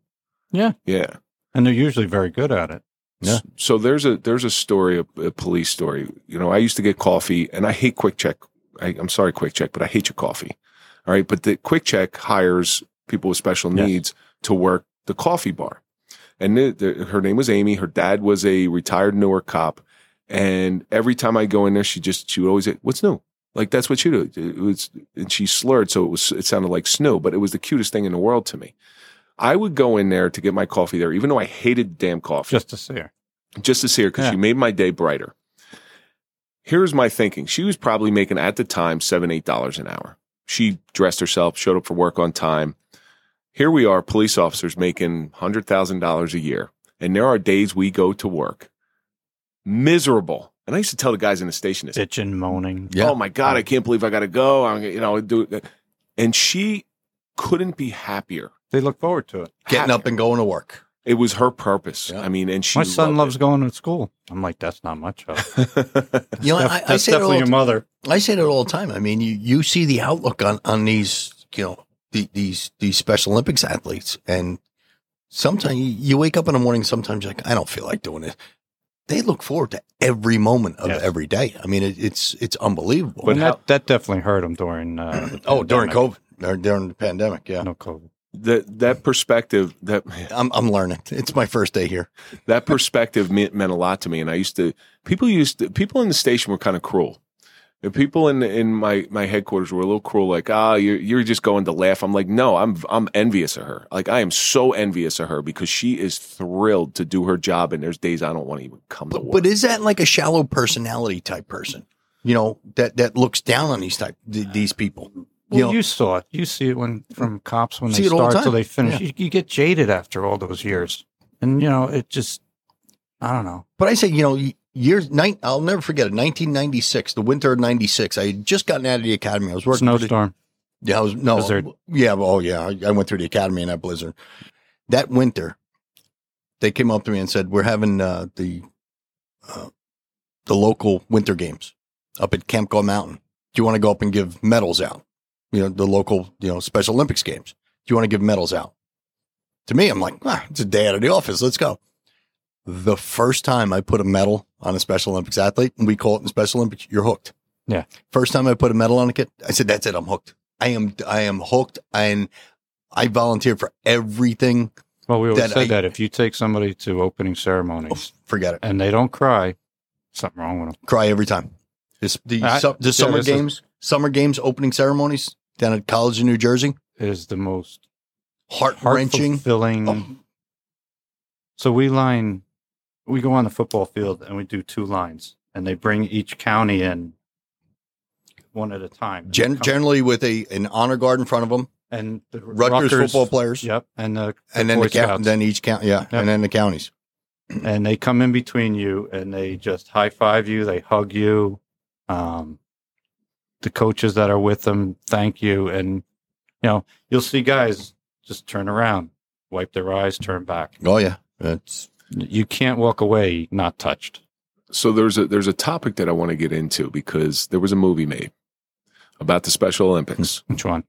Yeah.
yeah.
And they're usually very good at it.
Yeah.
S- So there's a there's a story, a, a police story. You know, I used to get coffee, and I hate Quick Check. I, I'm sorry, Quick Check, but I hate your coffee. All right, but the Quick Check hires people with special
Yes.
needs to work the coffee bar, and the, the, her name was Amy. Her dad was a retired Newark cop, and every time I go in there, she just she would always say, "What's new?" Like that's what she do. It was, and she slurred, so it was it sounded like snow, but it was the cutest thing in the world to me. I would go in there to get my coffee there, even though I hated damn coffee
Just to see her.
just to see her because
Yeah.
she made my day brighter. Here's my thinking: she was probably making at the time seven, eight dollars an hour. She dressed herself, showed up for work on time. Here we are, police officers making hundred thousand dollars a year, and there are days we go to work miserable. And I used to tell the guys in the station this:
Bitching, moaning.
Yeah.
"Oh my god, I can't believe I got to go. I'm, gonna- you know, do." And she couldn't be happier.
They look forward to it.
Getting up and going to work.
It was her purpose.
Yeah.
I mean, and she
My son
loved
loves going to school. I'm like, that's not much. Of it.
it.
You know,
Def-
I, I
that's
say it all
definitely
the
your mother.
I say that all the time. I mean, you, you see the outlook on, on these, you know, the, these these Special Olympics athletes, and sometimes you- you wake up in the morning. Sometimes you're like, I don't feel like doing it. They look forward to every moment of
Yes.
every day. I mean, it, it's it's unbelievable.
But
and
how-
that, that definitely hurt him during. Uh, the
oh, during
pandemic.
COVID, or during the pandemic, yeah,
No COVID.
that that perspective that
I'm I'm learning. It's my first day here.
that perspective meant, meant a lot to me. And I used to people used to, people in the station were kind of cruel. The people in in my my headquarters were a little cruel, like ah, you're you're just going to laugh. I'm like, no, I'm I'm envious of her. Like I am so envious of her because she is thrilled to do her job. And there's days I don't want to even come to
But,
work.
but is that like a shallow personality type person? You know, that that looks down on these type th- these people.
Well,
You
you,
know-
saw it. You see it when from cops when
See
they
it all the
start till
time.
they finish.
Yeah.
You, you get jaded after all those years, and you know it just. I don't know.
But I say, you know, years nine. I'll never forget it. 1996, the winter of '96. I had just gotten out of the academy. I was working. for the-
Snowstorm.
Yeah, I was no.
Blizzard.
Yeah, oh yeah. I, I went through the academy in that blizzard. That winter, they came up to me and said, "We're having uh, the uh, the local winter games up at Camp Go Mountain. Do you want to go up and give medals out? You know, the local, you know, Special Olympics games. Do you want to give medals out?" To me, I'm like, ah, it's a day out of the office. Let's go. The first time I put a medal on a Special Olympics athlete, and we call it in Special Olympics, you're hooked.
Yeah.
First time I put a medal on a kid, I said, "That's it. I'm hooked. I am. I am hooked." And I volunteered for everything.
Well, we always
That
said
I-
that if you take somebody to opening ceremonies
Forget it.
and they don't cry, something wrong with them.
Cry every time. This, the
I-
su- the
yeah,
summer
this is-
games, summer games opening ceremonies down at college in New Jersey,
It is the most
heart
heart
wrenching. Oh.
fulfilling. So we line, we go on the football field and we do two lines, and they bring each county in one at a time. And they
Gen-
come-
generally with a an honor guard in front of them,
and the
Rutgers, football players,
Yep, and the
and then
Boy
the ca-
Scouts.
then each count, yeah, and then the counties.
and they come in between you and they just high five you, they hug you. Um, the coaches that are with them thank you, and you know you'll see guys just turn around, wipe their eyes, turn back.
Oh yeah, that's
You can't walk away not touched.
so there's a there's a topic that I want to get into because there was a movie made about the Special Olympics,
Which one?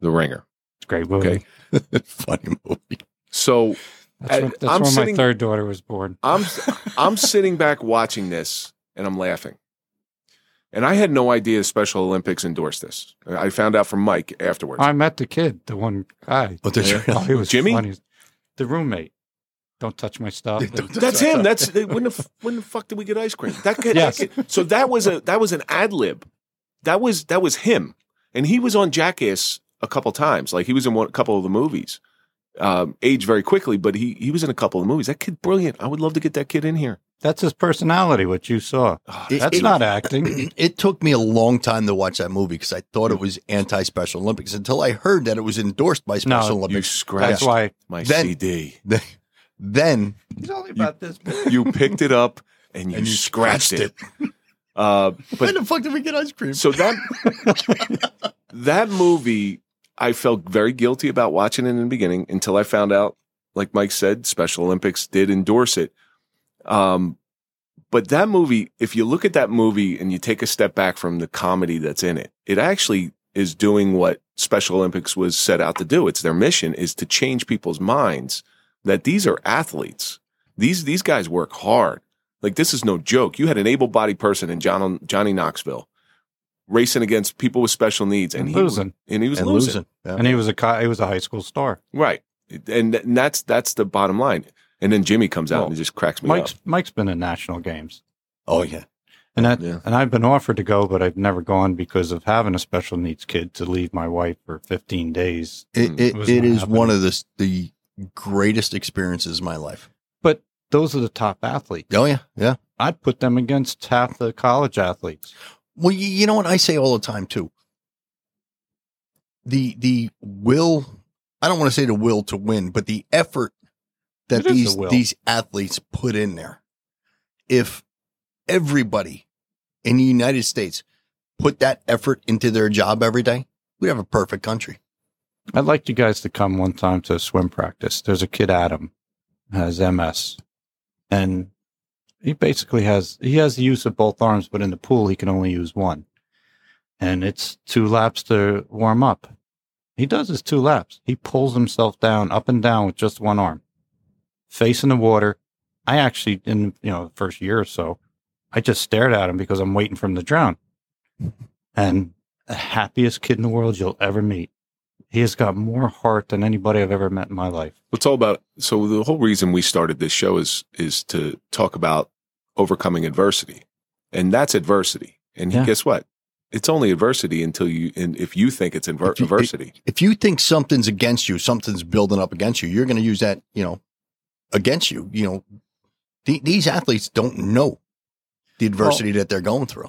The Ringer.
It's a great movie.
Okay.
funny movie.
So
That's, when,
I-
that's
I'm
when
sitting-
my third daughter was born.
I'm I'm sitting back watching this and I'm laughing. And I had no idea Special Olympics endorsed this. I found out from Mike afterwards.
I met the kid, the one guy.
But there's
Oh, he was
Jimmy?
funny. The roommate. Don't touch my stuff.
that's him. That's when the when the fuck did we get ice cream? That kid,
Yes.
that kid- So that was a that was an ad lib. That was that was him, and he was on Jackass a couple times. Like he was in one, a couple of the movies. Um, aged very quickly, but he he was in a couple of the movies. That kid, brilliant. I would love to get that kid in here.
That's his personality, what you saw.
Oh,
It-
That's
it-
not acting.
It took me a long time to watch that movie because I thought it was anti Special Olympics until I heard that it was endorsed by Special
No,
you
Olympics.
scratched
That's why
my
Then-
CD.
Then
He's only
about
this
you picked it up and you,
and you
scratched, it. Uh,
Where
but
the fuck did we get ice cream?
so that that movie, I felt very guilty about watching it in the beginning until I found out, like Mike said, Special Olympics did endorse it. Um, but that movie, if you look at that movie and you take a step back from the comedy that's in it, it actually is doing what Special Olympics was set out to do. It's their mission is to change people's minds that these are athletes. These these guys work hard. Like this is no joke. You had an able-bodied person in John, Johnny Knoxville racing against people with special needs, and
and
he
losing.
and he was
and
losing.
losing. Yeah.
And he was a co- he was a high school star.
Right, and, th- and that's that's the bottom line. And then Jimmy comes out
Well,
and just cracks me
Mike's
up.
Mike's been in national games,
oh yeah,
and that
Yeah.
and I've been offered to go, but I've never gone because of having a special needs kid to leave my wife for 15 days.
it it,
It was
it
not
is
happening.
one of the s- the greatest experiences of my life.
But those are the top athletes.
Oh yeah, yeah.
I'd put them against half the college athletes.
Well, you, you know what I say all the time too. The the will, I don't want to say the will to win, but the effort that
It is the
these
will.
these athletes put in there. If everybody in the United States put that effort into their job every day, We'd have a perfect country.
I'd like you guys to come one time to a swim practice. There's a kid Adam has MS, and he basically has he has the use of both arms, but in the pool he can only use one, and it's two laps to warm up. He does his two laps. He pulls himself down, up and down with just one arm, facing the water. I actually, in you know, the first year or so, I just stared at him because I'm waiting for him to drown. And the happiest kid in the world you'll ever meet. He has got more heart than anybody I've ever met in my life.
It's all about so the whole reason we started this show is is to talk about overcoming adversity. And that's adversity. And
Yeah.
guess what? It's only adversity until you and if you think it's inver-
If you-
adversity.
If you think something's against you, something's building up against you, you're going to use that, you know, against you. You know, the these athletes don't know the adversity that they're going through.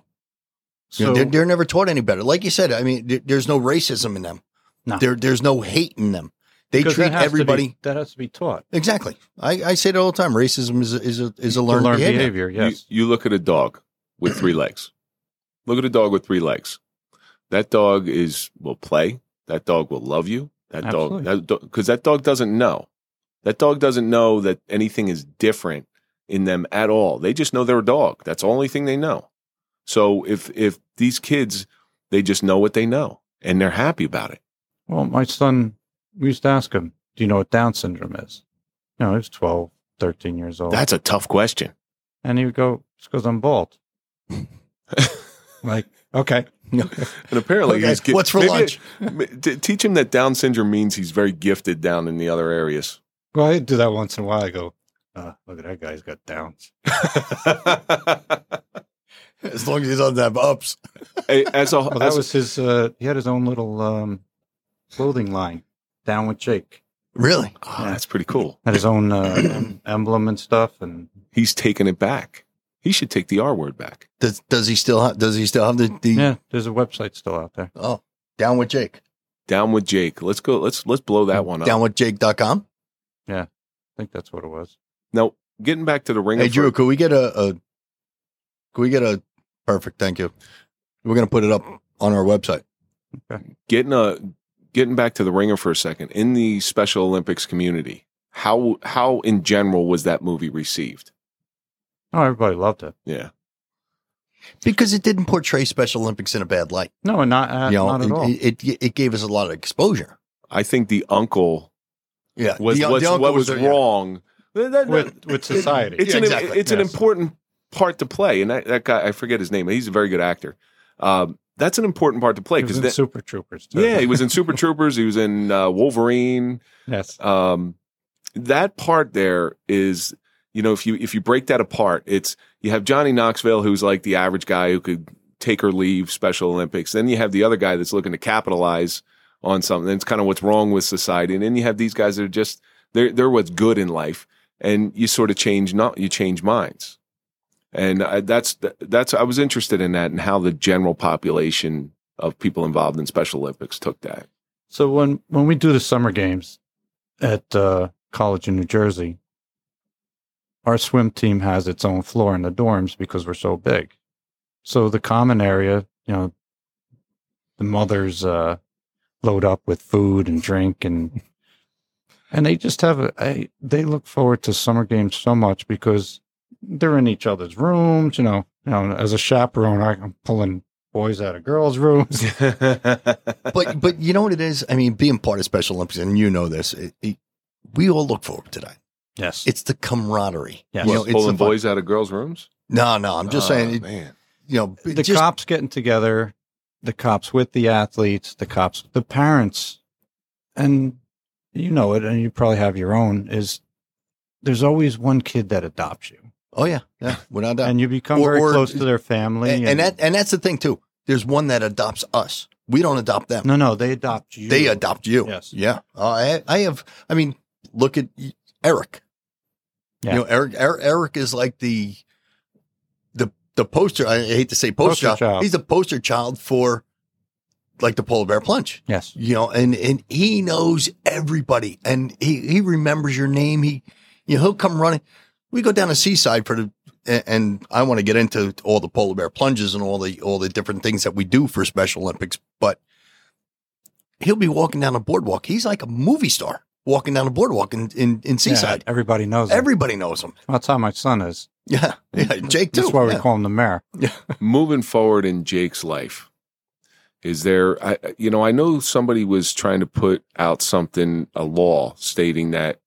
You know,
So
they're, they're never taught any better. Like you said, I mean, there, there's no racism in them.
No.
There, there's no hate in them. They
because that
treat
has to be-
everybody
that has to be taught.
exactly. I, I say it all the time. Racism is a, is a, is a learned,
learn
behavior.
behavior. Yes.
You, you look at a dog with three legs. Look at a dog with three legs. That dog is will play. That dog will love you. That
Absolutely.
dog, because that, dog doesn't know. That dog doesn't know that anything is different in them at all. They just know they're a dog. That's the only thing they know. So if if these kids, they just know what they know and they're happy about it.
Well, my son, we used to ask him, do you know what Down syndrome is? You know, he was 12, 13 years
Oh.
old.
That's a tough question.
and he would go, it's because I'm bald. like, okay.
And apparently,
Okay,
he's gi-
what's for
maybe-
lunch?
t- teach him that Down syndrome means he's very gifted down in the other areas.
Well, I do that once in a while. I go, uh, look at that guy's got downs.
As long as he doesn't have ups.
as a
Well, that
as,
was his, uh, he had his own little um, clothing line, Down with Jake.
Really?
oh, that's pretty cool.
Had his own uh, em- emblem and stuff. And
He's taking it back. He should take the R word back.
Does does he still have? Does he still have the? the
yeah, there's a website still out there.
Oh, down with Jake.
Down with Jake. Let's go. Let's let's blow that one up.
Down with Jake.com.
I think that's what it was.
Now getting back to the ring.
Hey Drew, could we get a, a? Could we get a? Perfect. Thank you. We're gonna put it up on our website.
getting a getting back to the ringer for a second in the Special Olympics community. How how in general was that movie received?
Oh, everybody loved it.
Yeah,
because it didn't portray Special Olympics in a bad light.
No, not, uh,
you know,
not at
it,
all.
It, it it gave us a lot of exposure.
I think the uncle
Yeah,
was
The-
was-
the uncle
what was
there, yeah.
wrong That- that-
with, with society.
It's
Yeah,
an
exactly.
it's an
Yes.
important part to play, and that, that guy I forget his name, but he's a very good actor. Um, that's an important part to play
He was
because
in Super Troopers. Too.
yeah, he was in Super Troopers, he was in uh, Wolverine.
yes.
Um, that part there is you know if you if you break that apart, it's you have Johnny Knoxville who's like the average guy who could take or leave Special Olympics. Then you have the other guy that's looking to capitalize on something. It's kind of what's wrong with society, and then you have these guys that are just they're they're what's good in life, and you sort of change not you change minds, and I, that's that's I was interested in that and how the general population of people involved in Special Olympics took that.
So when when we do the summer games at uh, college in New Jersey, our swim team has its own floor in the dorms because we're so big. So the common area, you know, the mothers uh, load up with food and drink and and they just have a, a they look forward to summer games so much because they're in each other's rooms. You know, you know, as a chaperone, I- I'm pulling boys out of girls' rooms.
but but you know what it is. I mean, being part of Special Olympics, and you know this, it, it, we all look forward to that.
Yes,
It's the camaraderie.
Yes.
You
Well,
know, it's
pulling
the fun-
boys out of girls' rooms.
No, no, I'm just
Oh,
saying. It,
man.
you know,
the
just,
cops getting together, the cops with the athletes, the cops, the parents, and you know it, and you probably have your own. Is there's always one kid that adopts you,
oh yeah, yeah, without doubt.
and you become
Or-
very
or-
close to their family.
And, and that and that's the thing too. There's one that adopts us. We don't adopt them.
no, no, they adopt you.
They adopt you.
Yes.
Yeah. Uh, I I have. I mean, look at Eric.
Yeah.
You know, Eric, Eric. Eric is like the the the poster. I hate to say poster,
Poster
child.
child.
He's the poster child for like the polar bear plunge.
Yes,
You know, and and he knows everybody, and he he remembers your name. He you know he'll come running. We go down to seaside for the. and- And I want to get into all the polar bear plunges and all the all the different things that we do for Special Olympics, but he'll be walking down a boardwalk. He's like a movie star walking down a boardwalk in in, in Seaside.
Yeah, everybody knows. Him.
Everybody knows him.
That's how my son is.
Yeah, yeah. Jake too.
That's why we
Yeah.
call him the mayor.
moving forward in Jake's life, is there, I, you know, I know somebody was trying to put out something, a law stating that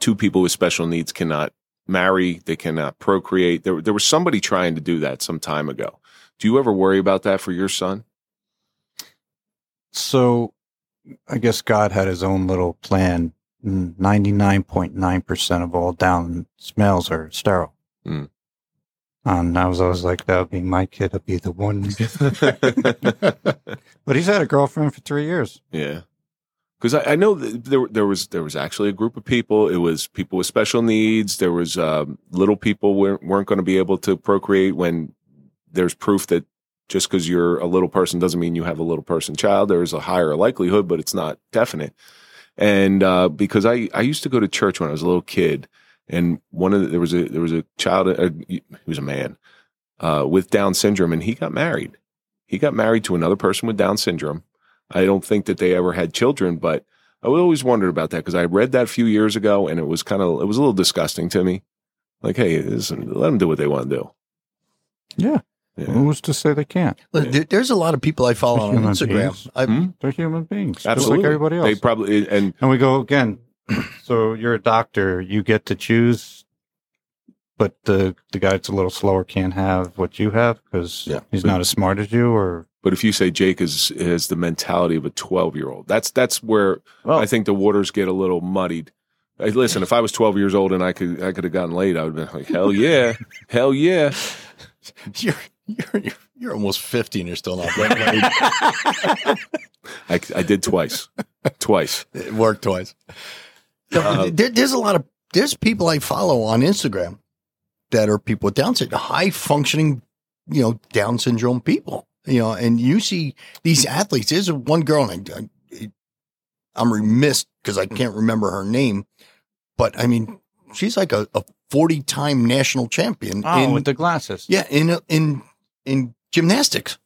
two people with special needs cannot marry, they cannot procreate. There, there was somebody trying to do that some time ago. Do you ever worry about that for your son?
So I guess God had his own little plan. 99.9% of all down smells are sterile.
Mm.
And I was always like, that would be my kid. It'd be the one. but he's had a girlfriend for three years.
Yeah. Because I, I know that there there was there was actually a group of people. It was people with special needs. There was um, little people weren't, weren't going to be able to procreate when there's proof that just because you're a little person doesn't mean you have a little person child. There is a higher likelihood, but it's not definite. And uh, because I I used to go to church when I was a little kid, and one of the, there was a there was a child. Uh, he was a man uh, with Down syndrome, and he got married. He got married to another person with Down syndrome. I don't think that they ever had children, but I always wondered about that because I read that a few years ago and it was kind of, it was a little disgusting to me. Like, hey, listen, let them do what they want to do.
Yeah.
Yeah.
Who's to say they can't?
Look, there- there's a lot of people I follow on
Human
Instagram.
beings.
I,
Hmm?
They're human beings, just
Absolutely.
like everybody else.
They probably, and
and we go again. so you're a doctor. You get to choose, but the, the guy that's a little slower can't have what you have because
Yeah.
he's not as smart as you or.
But if you say Jake is has the mentality of a twelve year old, that's that's where
Well,
I think the waters get a little muddied. Hey, listen, if I was twelve years old and I could I could have gotten laid, I would have been like, hell yeah, hell yeah.
you're, you're you're you're almost 50 and you're still not getting
I, I did twice, twice.
married. Work twice. No,
Uh,
there, there's a lot of there's people I follow on Instagram that are people with Down syndrome, high functioning, you know, Down syndrome people. You know, and you see these athletes. There's one girl, and I, I, I'm remiss because I can't remember her name, but I mean, she's like a, a 40 time national champion.
oh,
in-
with the glasses.
Yeah, in in in gymnastics.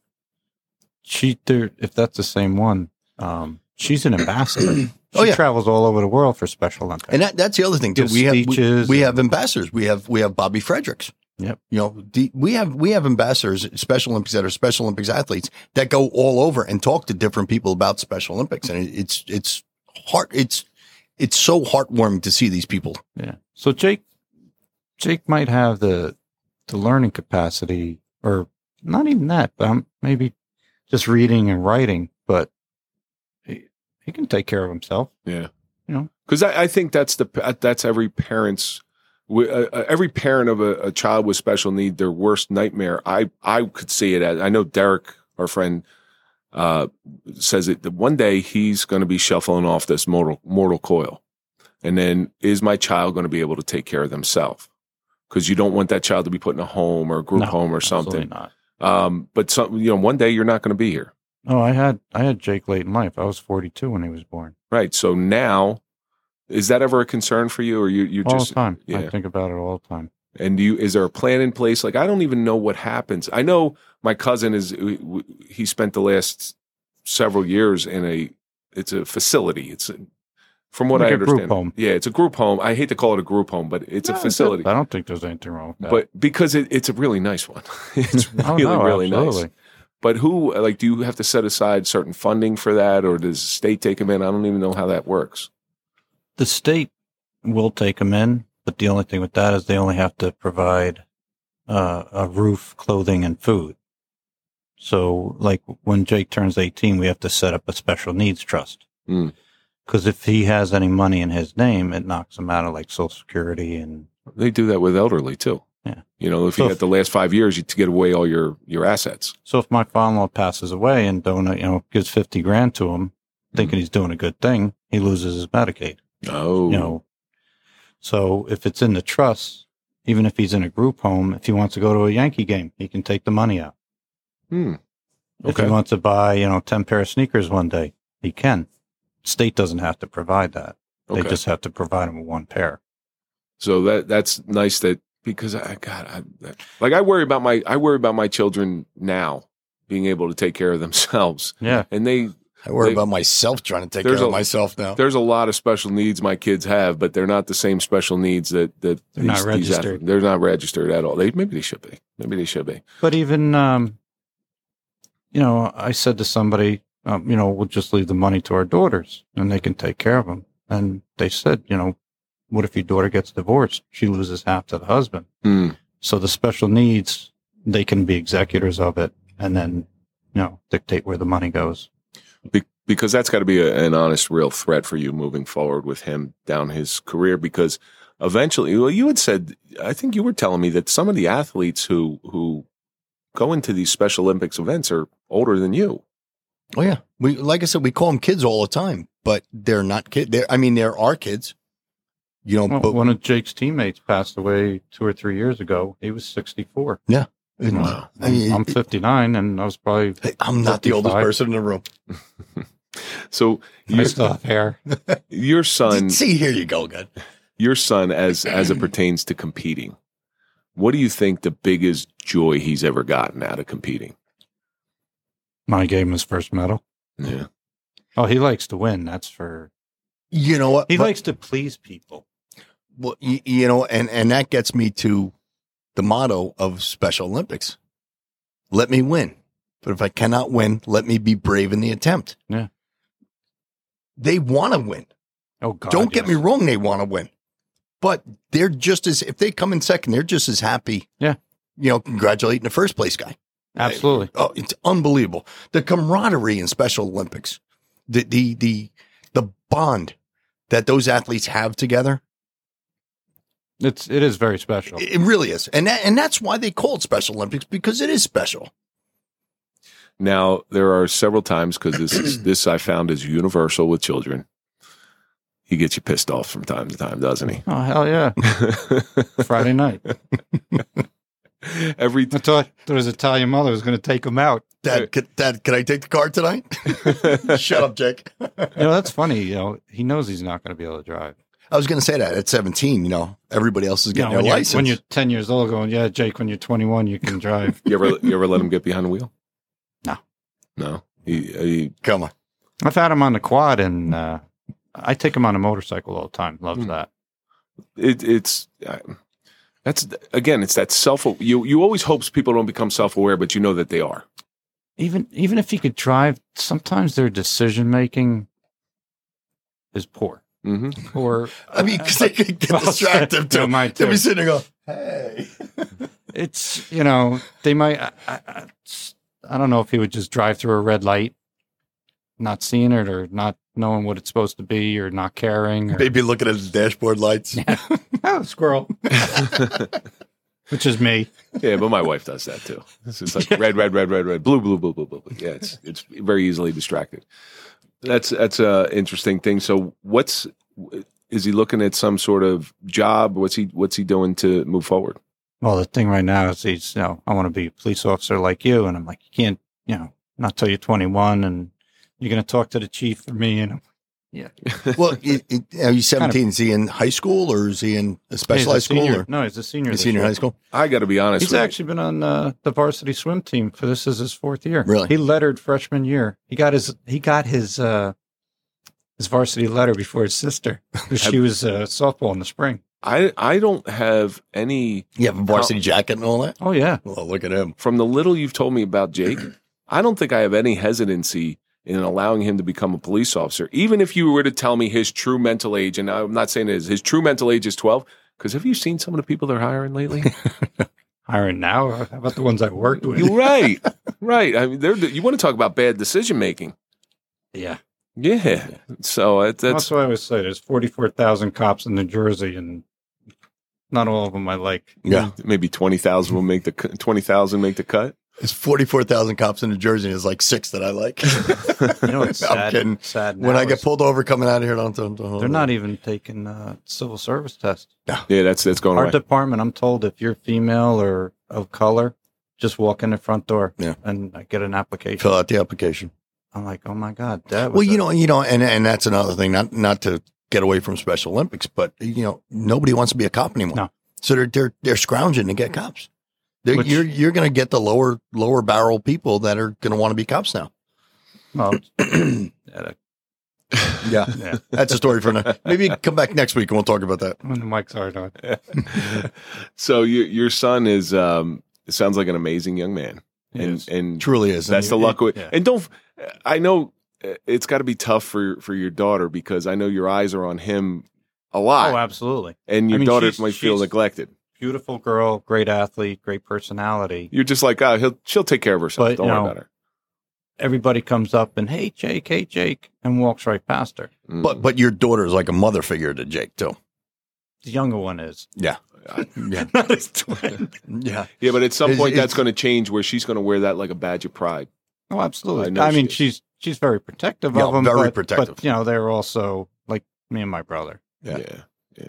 she there if that's the same one um she's an ambassador she
Oh, yeah.
travels all over the world for special olympics
And that, that's the other thing too.
Gives
We have we,
speeches
we
and-
have ambassadors. We have we have Bobby Fredericks.
Yep.
You know, the, we have we have ambassadors, Special Olympics that are Special Olympics athletes that go all over and talk to different people about Special Olympics, and it, it's it's heart it's it's so heartwarming to see these people.
yeah so jake jake might have the the learning capacity or not even that but um, maybe just reading and writing but he, he can take care of himself
Yeah.
You know?
because I, I think that's the uh, that's every parent's wi- uh, uh, every parent of a, a child with special need their worst nightmare. I I could see it as I know Derek, our friend, uh, says it that one day he's going to be shuffling off this mortal mortal coil, and then is my child going to be able to take care of themselves? Because you don't want that child to be put in a home or a group
No,
home or
Absolutely
something.
not
Um, but some you know one day you're not going to be here.
oh i had i had jake late in life i was 42 when he was born
Right. So now, is that ever a concern for you, or you you
all
just
the time i
yeah.
think about it all the time
and do you is there a plan in place? Like I don't even know what happens. I know my cousin is he spent the last several years in a it's a facility. It's a, from what
Like
I
a group
understand,
home.
yeah, it's a group home. I hate to call it a group home, but it's
No, Oh,
a facility.
i don't think there's anything wrong with that
But because it, it's a really nice one, it's
Oh,
really really nice. But who like do you have to set aside certain funding for that, or does the state take them in? I don't even know how that works.
The state will take them in, but the only thing with that is they only have to provide uh, a roof, clothing, and food. So, like when Jake turns 18, we have to set up a special needs trust.
Mm.
Because if he has any money in his name, it knocks him out of like Social Security and
They do that with elderly too.
Yeah.
You know, if
So
you
if-
had the last five years, you get away all your your assets.
So if my father-in-law passes away and donate, you know, gives fifty grand to him,
Hmm.
thinking he's doing a good thing, he loses his Medicaid.
Oh,
You know, so if it's in the trust, even if he's in a group home, if he wants to go to a Yankee game, he can take the money out.
Hmm.
If he
Okay.
wants to buy, you know, ten pair of sneakers one day, he can. State doesn't have to provide that;
Okay.
they just have to provide him with one pair.
so that that's nice that because I God, I, that, like I worry about my I worry about my children now being able to take care of themselves,
Yeah,
and they
I worry
They-
about myself trying to take
There's
care
a-
of myself now.
There's a lot of special needs my kids have, but they're not the same special needs that that
They're not
athletes-
registered.
they're not registered at all. They maybe they should be. Maybe they should be.
But even, um, you know, I said to somebody, um, you know, we'll just leave the money to our daughters and they can take care of them. And they said, you know, what if your daughter gets divorced? She loses half to the husband.
Hmm.
So the special needs, they can be executors of it and then, you know, dictate where the money goes.
Be- because that's got to be a, an honest, real threat for you moving forward with him down his career. Because eventually, well, you had said, I think you were telling me that some of the athletes who who go into these Special Olympics events are older than you.
Oh yeah, we like I said, we call them kids all the time, but they're not kids. They're, I mean, there are kids. You know,
Well,
but
one of Jake's teammates passed away two or three years ago. He was 64.
Wow.
I mean,
I'm 59 and I was probably,
I'm not the oldest
55.
person in the room.
So
I
your,
still have hair.
your son,
See, here you go, good.
your son, as as it pertains to competing, what do you think the biggest joy he's ever gotten out of competing?
My game his first medal.
Yeah,
Oh, he likes to win. That's for,
You know what?
he
But-
likes to please people.
well, you, you know, and and that gets me to the motto of Special Olympics: "Let me win." But if I cannot win, let me be brave in the attempt.
Yeah.
They want to win.
Oh, God.
Don't get
yes.
me wrong; they want to win, but they're just as if they come in second, they're just as happy.
Yeah.
you know, congratulating the first place guy.
Absolutely.
Oh, it's unbelievable. The camaraderie in Special Olympics, the the the the bond that those athletes have together,
It's, it is very special.
it it really is, and that, and that's why they call it Special Olympics because it is special.
Now there are several times because this is this I found is universal with children. He gets you pissed off from time to time, doesn't he?
Oh, hell yeah. Friday night.
Every
I thought his Italian mother was going to take him out.
Dad, could, Dad, can I take the card tonight? Shut up, Jake.
You know, that's funny. You know, he knows he's not going to be able to drive.
I was going to say that at seventeen, you know, everybody else is
You
getting
know, when,
their
you're,
license.
when you're 10 years old, going, yeah, Jake, when you're 21, you can drive.
you ever you ever let him get behind the wheel?
No.
no. He, he
come on,
I've had him on the quad and uh, I take him on a motorcycle all the time. Loves
Hmm.
that.
it, it's uh, that's again it's that self you you always hopes people don't become self aware, but you know that they are.
Even even if he could drive, sometimes their decision making is poor.
hmm
Or
I mean, because they could get
Well,
distracted
no,
too.
mine
They'll
too.
be sitting there, going, hey.
it's you know they might. I, I- I, I don't know if he would just drive through a red light, not seeing it or not knowing what it's supposed to be or not caring. Or,
Maybe looking at the dashboard lights.
oh, squirrel, which is me.
Yeah, but my wife does that too. It's just like red, red, red, red, red, blue, blue, blue, blue, blue, blue. Yeah, it's it's very easily distracted. That's that's a interesting thing. So, what's is he looking at some sort of job? What's he what's he doing to move forward?
Well, the thing right now is he's, you know, I want to be a police officer like you. And I'm like, you can't, you know, not till you're 21 and you're going to talk to the chief for me. And I'm,
Well, it, it, are you 17? Is he in high school or is he in a specialized
He's a
school
senior.
or
No, he's a senior.
in
this
senior
year.
high school?
I got to be honest.
He's
with you.
actually been on uh, the varsity swim team for this is his fourth year.
Really?
He lettered freshman year. He got his, he got his, uh, his varsity letter before his sister. 'cause she was uh, softball in the spring.
I I don't have any
You have a varsity jacket and all that?
Oh, yeah.
Well, look at him.
from the little you've told me about Jake. I don't think I have any hesitancy in allowing him to become a police officer, even if you were to tell me his true mental age. And I'm not saying it is his true mental age is 12. Because have you seen some of the people they're hiring lately?
Hiring now. How about the ones I worked with?
You're right, right. I mean, they're, you want to talk about bad decision making?
yeah.
Yeah. So it, that's
That's what I always say. There's 44,000 cops in New Jersey, and not all of them I like.
Yeah.
maybe twenty thousand will make the cu- twenty thousand make the cut.
There's 44,000 cops in New Jersey and there's like six that I like.
You know, it's
I'm
sad.
kidding.
sad
when
now
I get
is
pulled over coming out of here, don't, don't, don't-
they're not e- even taking uh, civil service tests.
Yeah, that's that's
Oh,
going
Our
away.
department, I'm told, if you're female or of color, just walk in the front door
Yeah.
and I get an application.
fill out the application.
I'm like, oh my God, that was
Well, you
a-
know, you know, and, and that's another thing, not, not to get away from Special Olympics, but you know, nobody wants to be a cop anymore.
No.
So they're, they're, they're scrounging to get cops. They're,
Which-
you're, you're going to get the lower, lower barrel people that are going to want to be cops now.
Well, at a,
Yeah,
yeah,
that's a story for now. Maybe come back next week and we'll talk about that.
when the mics aren't on.
so your your son is um sounds like an amazing young man, and
Yes.
and
Truly is.
that's the luck with.
yeah.
And don't I know uh, it's got to be tough for for your daughter because I know your eyes are on him a lot,
Oh, absolutely.
and your
I mean,
daughter
she's-
might feel
she's-
neglected.
Beautiful girl, great athlete, great personality.
You're just like, oh, he'll she'll take care of herself.
But,
don't
you
worry
know,
about her.
Everybody comes up and, hey, Jake, hey, Jake, and walks right past her.
Mm.
But but your daughter is like a mother figure to Jake too.
The younger one is.
Yeah,
Not his twin.
yeah.
yeah, but at some
It's-
point that's
it's-
going to change where she's going to wear that like a badge of pride.
Oh, absolutely.
I
I,
know she
mean,
is.
she's she's very protective
Yeah,
of them.
very
but,
protective.
But you know, they're also like me and my brother.
Yeah,
Yeah.
yeah.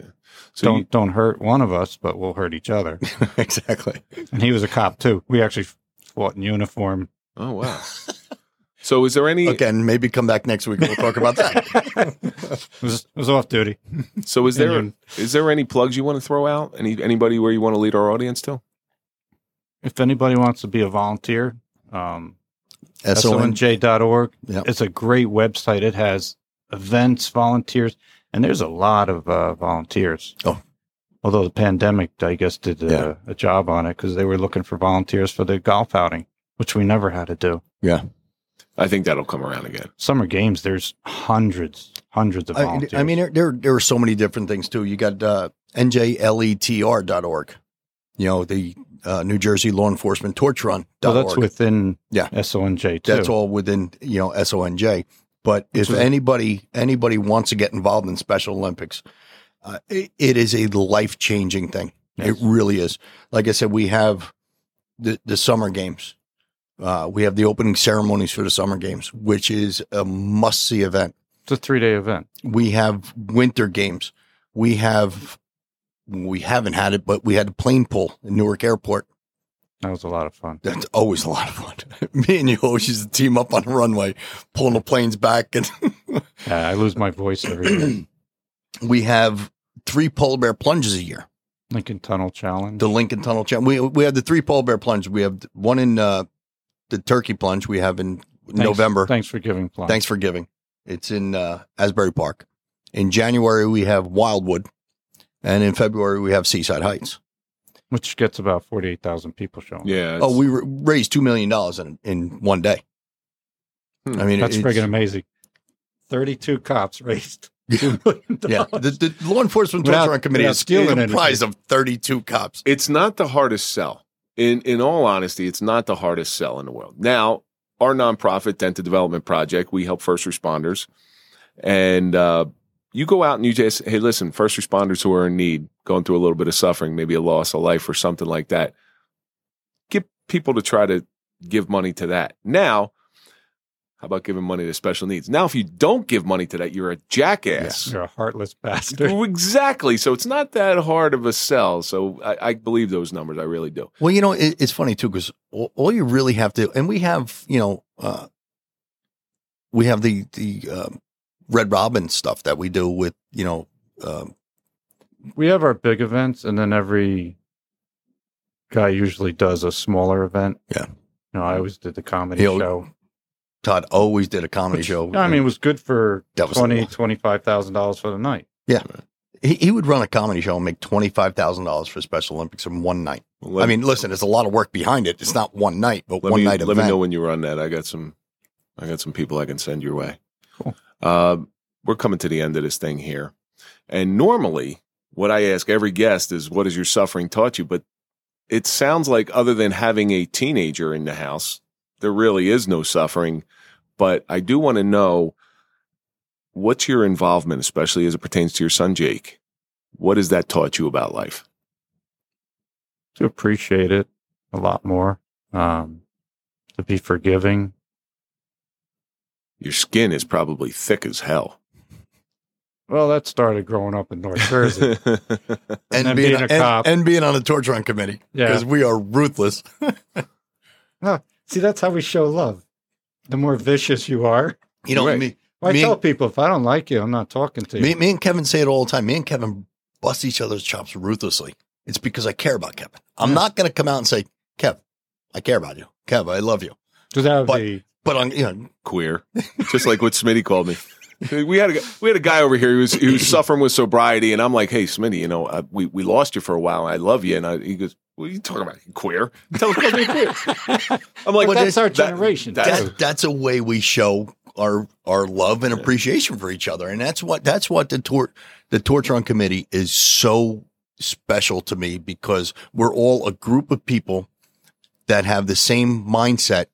So
Don't
you-
don't hurt one of us, but we'll hurt each other.
exactly.
and he was a cop too. We actually fought in uniform.
oh wow. so is there any?
Okay, and maybe come back next week and we'll talk about that.
It was it was off duty.
So is there
Union.
is there any plugs you want to throw out? Any anybody where you want to lead our audience to?
If anybody wants to be a volunteer, um,
SON.
sonj.org.
Yep.
It's a great website. It has events, volunteers, and there's a lot of uh, volunteers.
Oh.
Although the pandemic, I guess, did uh,
Yeah.
a job on it because they were looking for volunteers for the golf outing, which we never had to do.
I think that'll come around again.
Summer games, there's hundreds, hundreds of
I,
volunteers.
I mean, there, there there are so many different things too. You got uh, E njletr.org. You know the uh, New Jersey Law Enforcement Torch Run.
so that's within
Yeah.
SONJ too.
that's all within you know SONJ. But if
is-
anybody anybody wants to get involved in Special Olympics, uh, it, it is a life changing thing. It
Yes.
really is. Like I said, we have the the summer games. Uh, we have the opening ceremonies for the summer games, which is a must see event.
It's a three day event.
We have winter games. We have we haven't had it, but we had a plane pull in Newark Airport.
That was a lot of fun.
That's always a lot of fun. Me and you always used to team up on the runway, pulling the planes back. And
Yeah, I lose my voice every year.
we have three polar bear plunges a year.
Lincoln Tunnel Challenge.
The Lincoln Tunnel Challenge. We we have the three polar bear plunges. We have one in uh, the turkey plunge. We have in
Thanks-
November.
Thanks for giving plunge.
Thanks for giving. It's in uh, Asbury Park. In January we have Wildwood, and in February we have Seaside Heights.
Which gets about 48,000 people showing.
Yeah.
Oh, we ra- raised two million dollars in in one day.
Hmm.
I mean,
That's
it's-
friggin' amazing. 32 cops raised
Yeah.
$2 million.
Yeah, the, the law enforcement
Without-
torture committee
without
is
stealing
stealing
anything.
comprised of thirty-two cops.
it's not the hardest sell. In in all honesty, it's not the hardest sell in the world. Now, our nonprofit Dental Development Project, we help first responders, and uh, you go out and you just hey, listen, first responders who are in need, going through a little bit of suffering, maybe a loss of life or something like that. Get people to try to give money to that. Now, how about giving money to special needs? Now, if you don't give money to that, you're a jackass.
You're a heartless bastard.
Well, Exactly. So it's not that hard of a sell. So I, I believe those numbers. I really do.
Well, you know, it, it's funny too because all, all you really have to, and we have, you know, uh, we have the the um, Red Robin stuff that we do with, you know, um,
We have our big events, and then every guy usually does a smaller event.
Yeah.
You know, I always did the comedy
He'll-
show.
Todd always did a comedy show.
I mean, it was good for
That was the
twenty
one.
twenty-five thousand dollars for the night.
he, he would run a comedy show and make twenty five thousand dollars for Special Olympics in one night.
Let,
I mean, listen, it's a lot of work behind it. It's not one night, but
let
one
me
night
let me
event.
know when you run that. I got some, I got some people I can send your way.
Cool.
Uh, we're coming to the end of this thing here, and normally what I ask every guest is, "What has your suffering taught you?" But it sounds like other than having a teenager in the house, there really is no suffering. But I do want to know what's your involvement, especially as it pertains to your son Jake. What has that taught you about life?
to appreciate it a lot more, um, to be forgiving.
Your skin is probably thick as hell.
Well, that started growing up in North Jersey.
and,
and
being,
being a
and-
cop.
and being on the torture run committee because
yeah.
we are ruthless.
See, that's how we show love. The more vicious you are,
You know,
Right.
me,
Well, I
Me-
tell people if I don't like you, I'm not talking to you.
Me, me and Kevin say it all the time. Me and Kevin bust each other's chops ruthlessly. It's because I care about Kevin. I'm not going to come out and say, Kev, I care about you. Kev, I love you.
So that would
But-
be
But on you know,
queer, just like what Smitty called me. We had a gu- we had a guy over here who was who was suffering with sobriety, and I'm like, "Hey, Smitty, you know, I, we we lost you for a while. I love you." And I, he goes, "What are you talking about? Queer? Tell tell me queer." I'm like,
But
"That-
that's our
that-
generation,
that-
too.
that-
that, that's a way we show our our love and appreciation for each other, and that's what that's what the tor- the torture on committee is so special to me because we're all a group of people that have the same mindset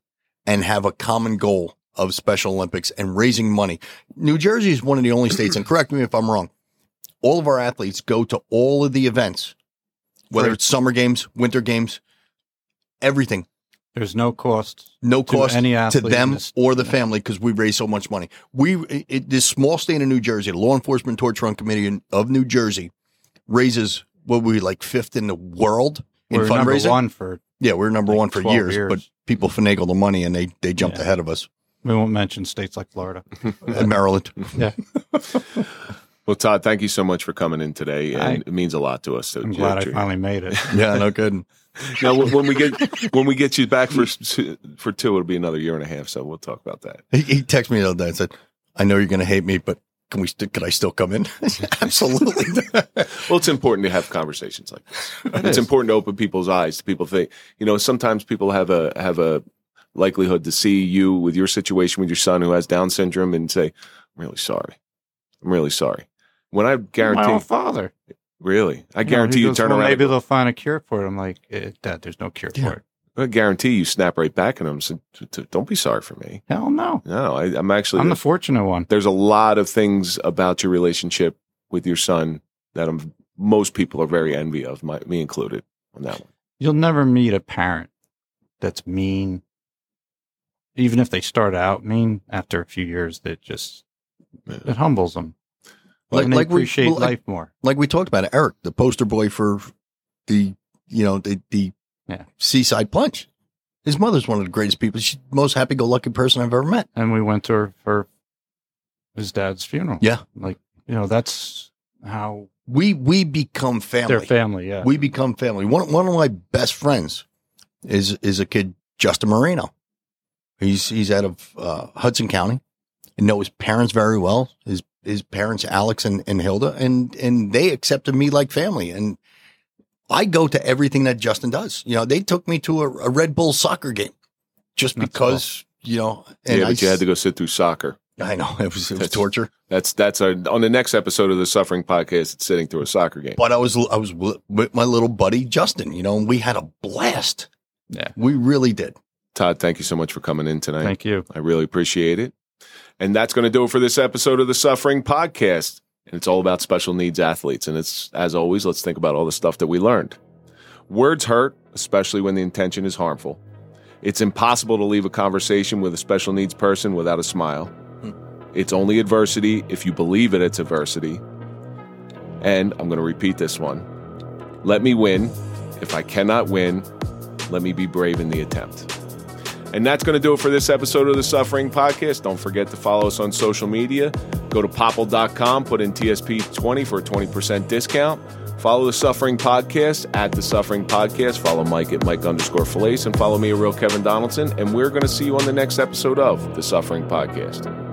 and have a common goal of Special Olympics and raising money. New Jersey is one of the only states, and correct me if I'm wrong. All of our athletes go to all of the events, whether
Right.
it's summer games, winter games, everything
There's no cost.
no
to
cost
any
to
athlete in
them
this-
or the family because we raise so much money. We it, this small state in New Jersey, the Law Enforcement Torch Run Committee in- of New Jersey raises what we like fifth in the world in
We're number
fundraising.
one for.
yeah, we were number
like
one for
12
years,
years.
but people finagle the money and they they jumped
Yeah.
ahead of us.
We won't mention states like Florida.
in Maryland,
Well, Todd, thank you so much for coming in today, and
I-
it means a lot to us. So
I'm glad I
to-
finally made it.
yeah, no good.
Now, when when we get when we get you back for for two, it'll be another year and a half. So we'll talk about that.
He, he texted me the other day and said, "I know you're going to hate me, but can we? St- could I still come in? Absolutely."
Well, it's important to have conversations like this. it's
is.
important to open people's eyes to people think. You know, sometimes people have a have a likelihood to see you with your situation with your son who has Down syndrome and say, "I'm really sorry. I'm really sorry." When I guarantee,
My own father.
really, I
know,
guarantee
he
you
goes,
turn
"Well,
around.
Maybe they'll find a cure for it. I'm like, eh, Dad, there's no cure for it.
I guarantee you snap right back at them. So, t- t- don't be sorry for me.
Hell no.
No, I, I'm actually
I'm the fortunate one.
there's a lot of things about your relationship with your son that I'm, most people are very envy of, my, me included, on that one.
You'll never meet a parent that's mean. Even if they start out mean, after a few years, that just
Yeah.
it humbles them.
Like-
and they
like we-
appreciate
well, like-
life more.
like we talked about, Eric, the poster boy for the you know the the
Yeah.
seaside punch. His mother's one of the greatest people. She's the most happy-go-lucky person I've ever met.
and we went to her for his dad's funeral.
Yeah.
Like, you know, that's how
We we become
their
family.
family, yeah.
we become family. One one of my best friends is is a kid Justin Marino. He's he's out of uh, Hudson County. And know his parents very well. His his parents Alex and, and Hilda and and they accepted me like family and I go to everything that Justin does. You know, they took me to a, a Red Bull soccer game just
That's
because, you know, and
yeah,
I,
but you had to go sit through soccer.
I know it was it was
That's-
torture,
That's that's our, on the next episode of the Suffering Podcast. It's sitting through a soccer game.
but I was I was wi- with my little buddy Justin, you know, and we had a blast.
Yeah.
We really did.
Todd, thank you so much for coming in tonight.
Thank you.
I really appreciate it. And that's going to do it for this episode of the Suffering Podcast. And it's all about special needs athletes. And it's, as always, let's think about all the stuff that we learned. Words hurt, especially when the intention is harmful. It's impossible to leave a conversation with a special needs person without a smile. It's only adversity if you believe it, it's adversity. And I'm going to repeat this one let me win. If I cannot win, let me be brave in the attempt. And that's going to do it for this episode of the Suffering Podcast. Don't forget to follow us on social media. Go to popple.com, put in TSP20 for a 20% discount. Follow the Suffering Podcast at the Suffering Podcast. Follow Mike at Mike underscore Felice and follow me at Real Kevin Donaldson. And we're going to see you on the next episode of the Suffering Podcast.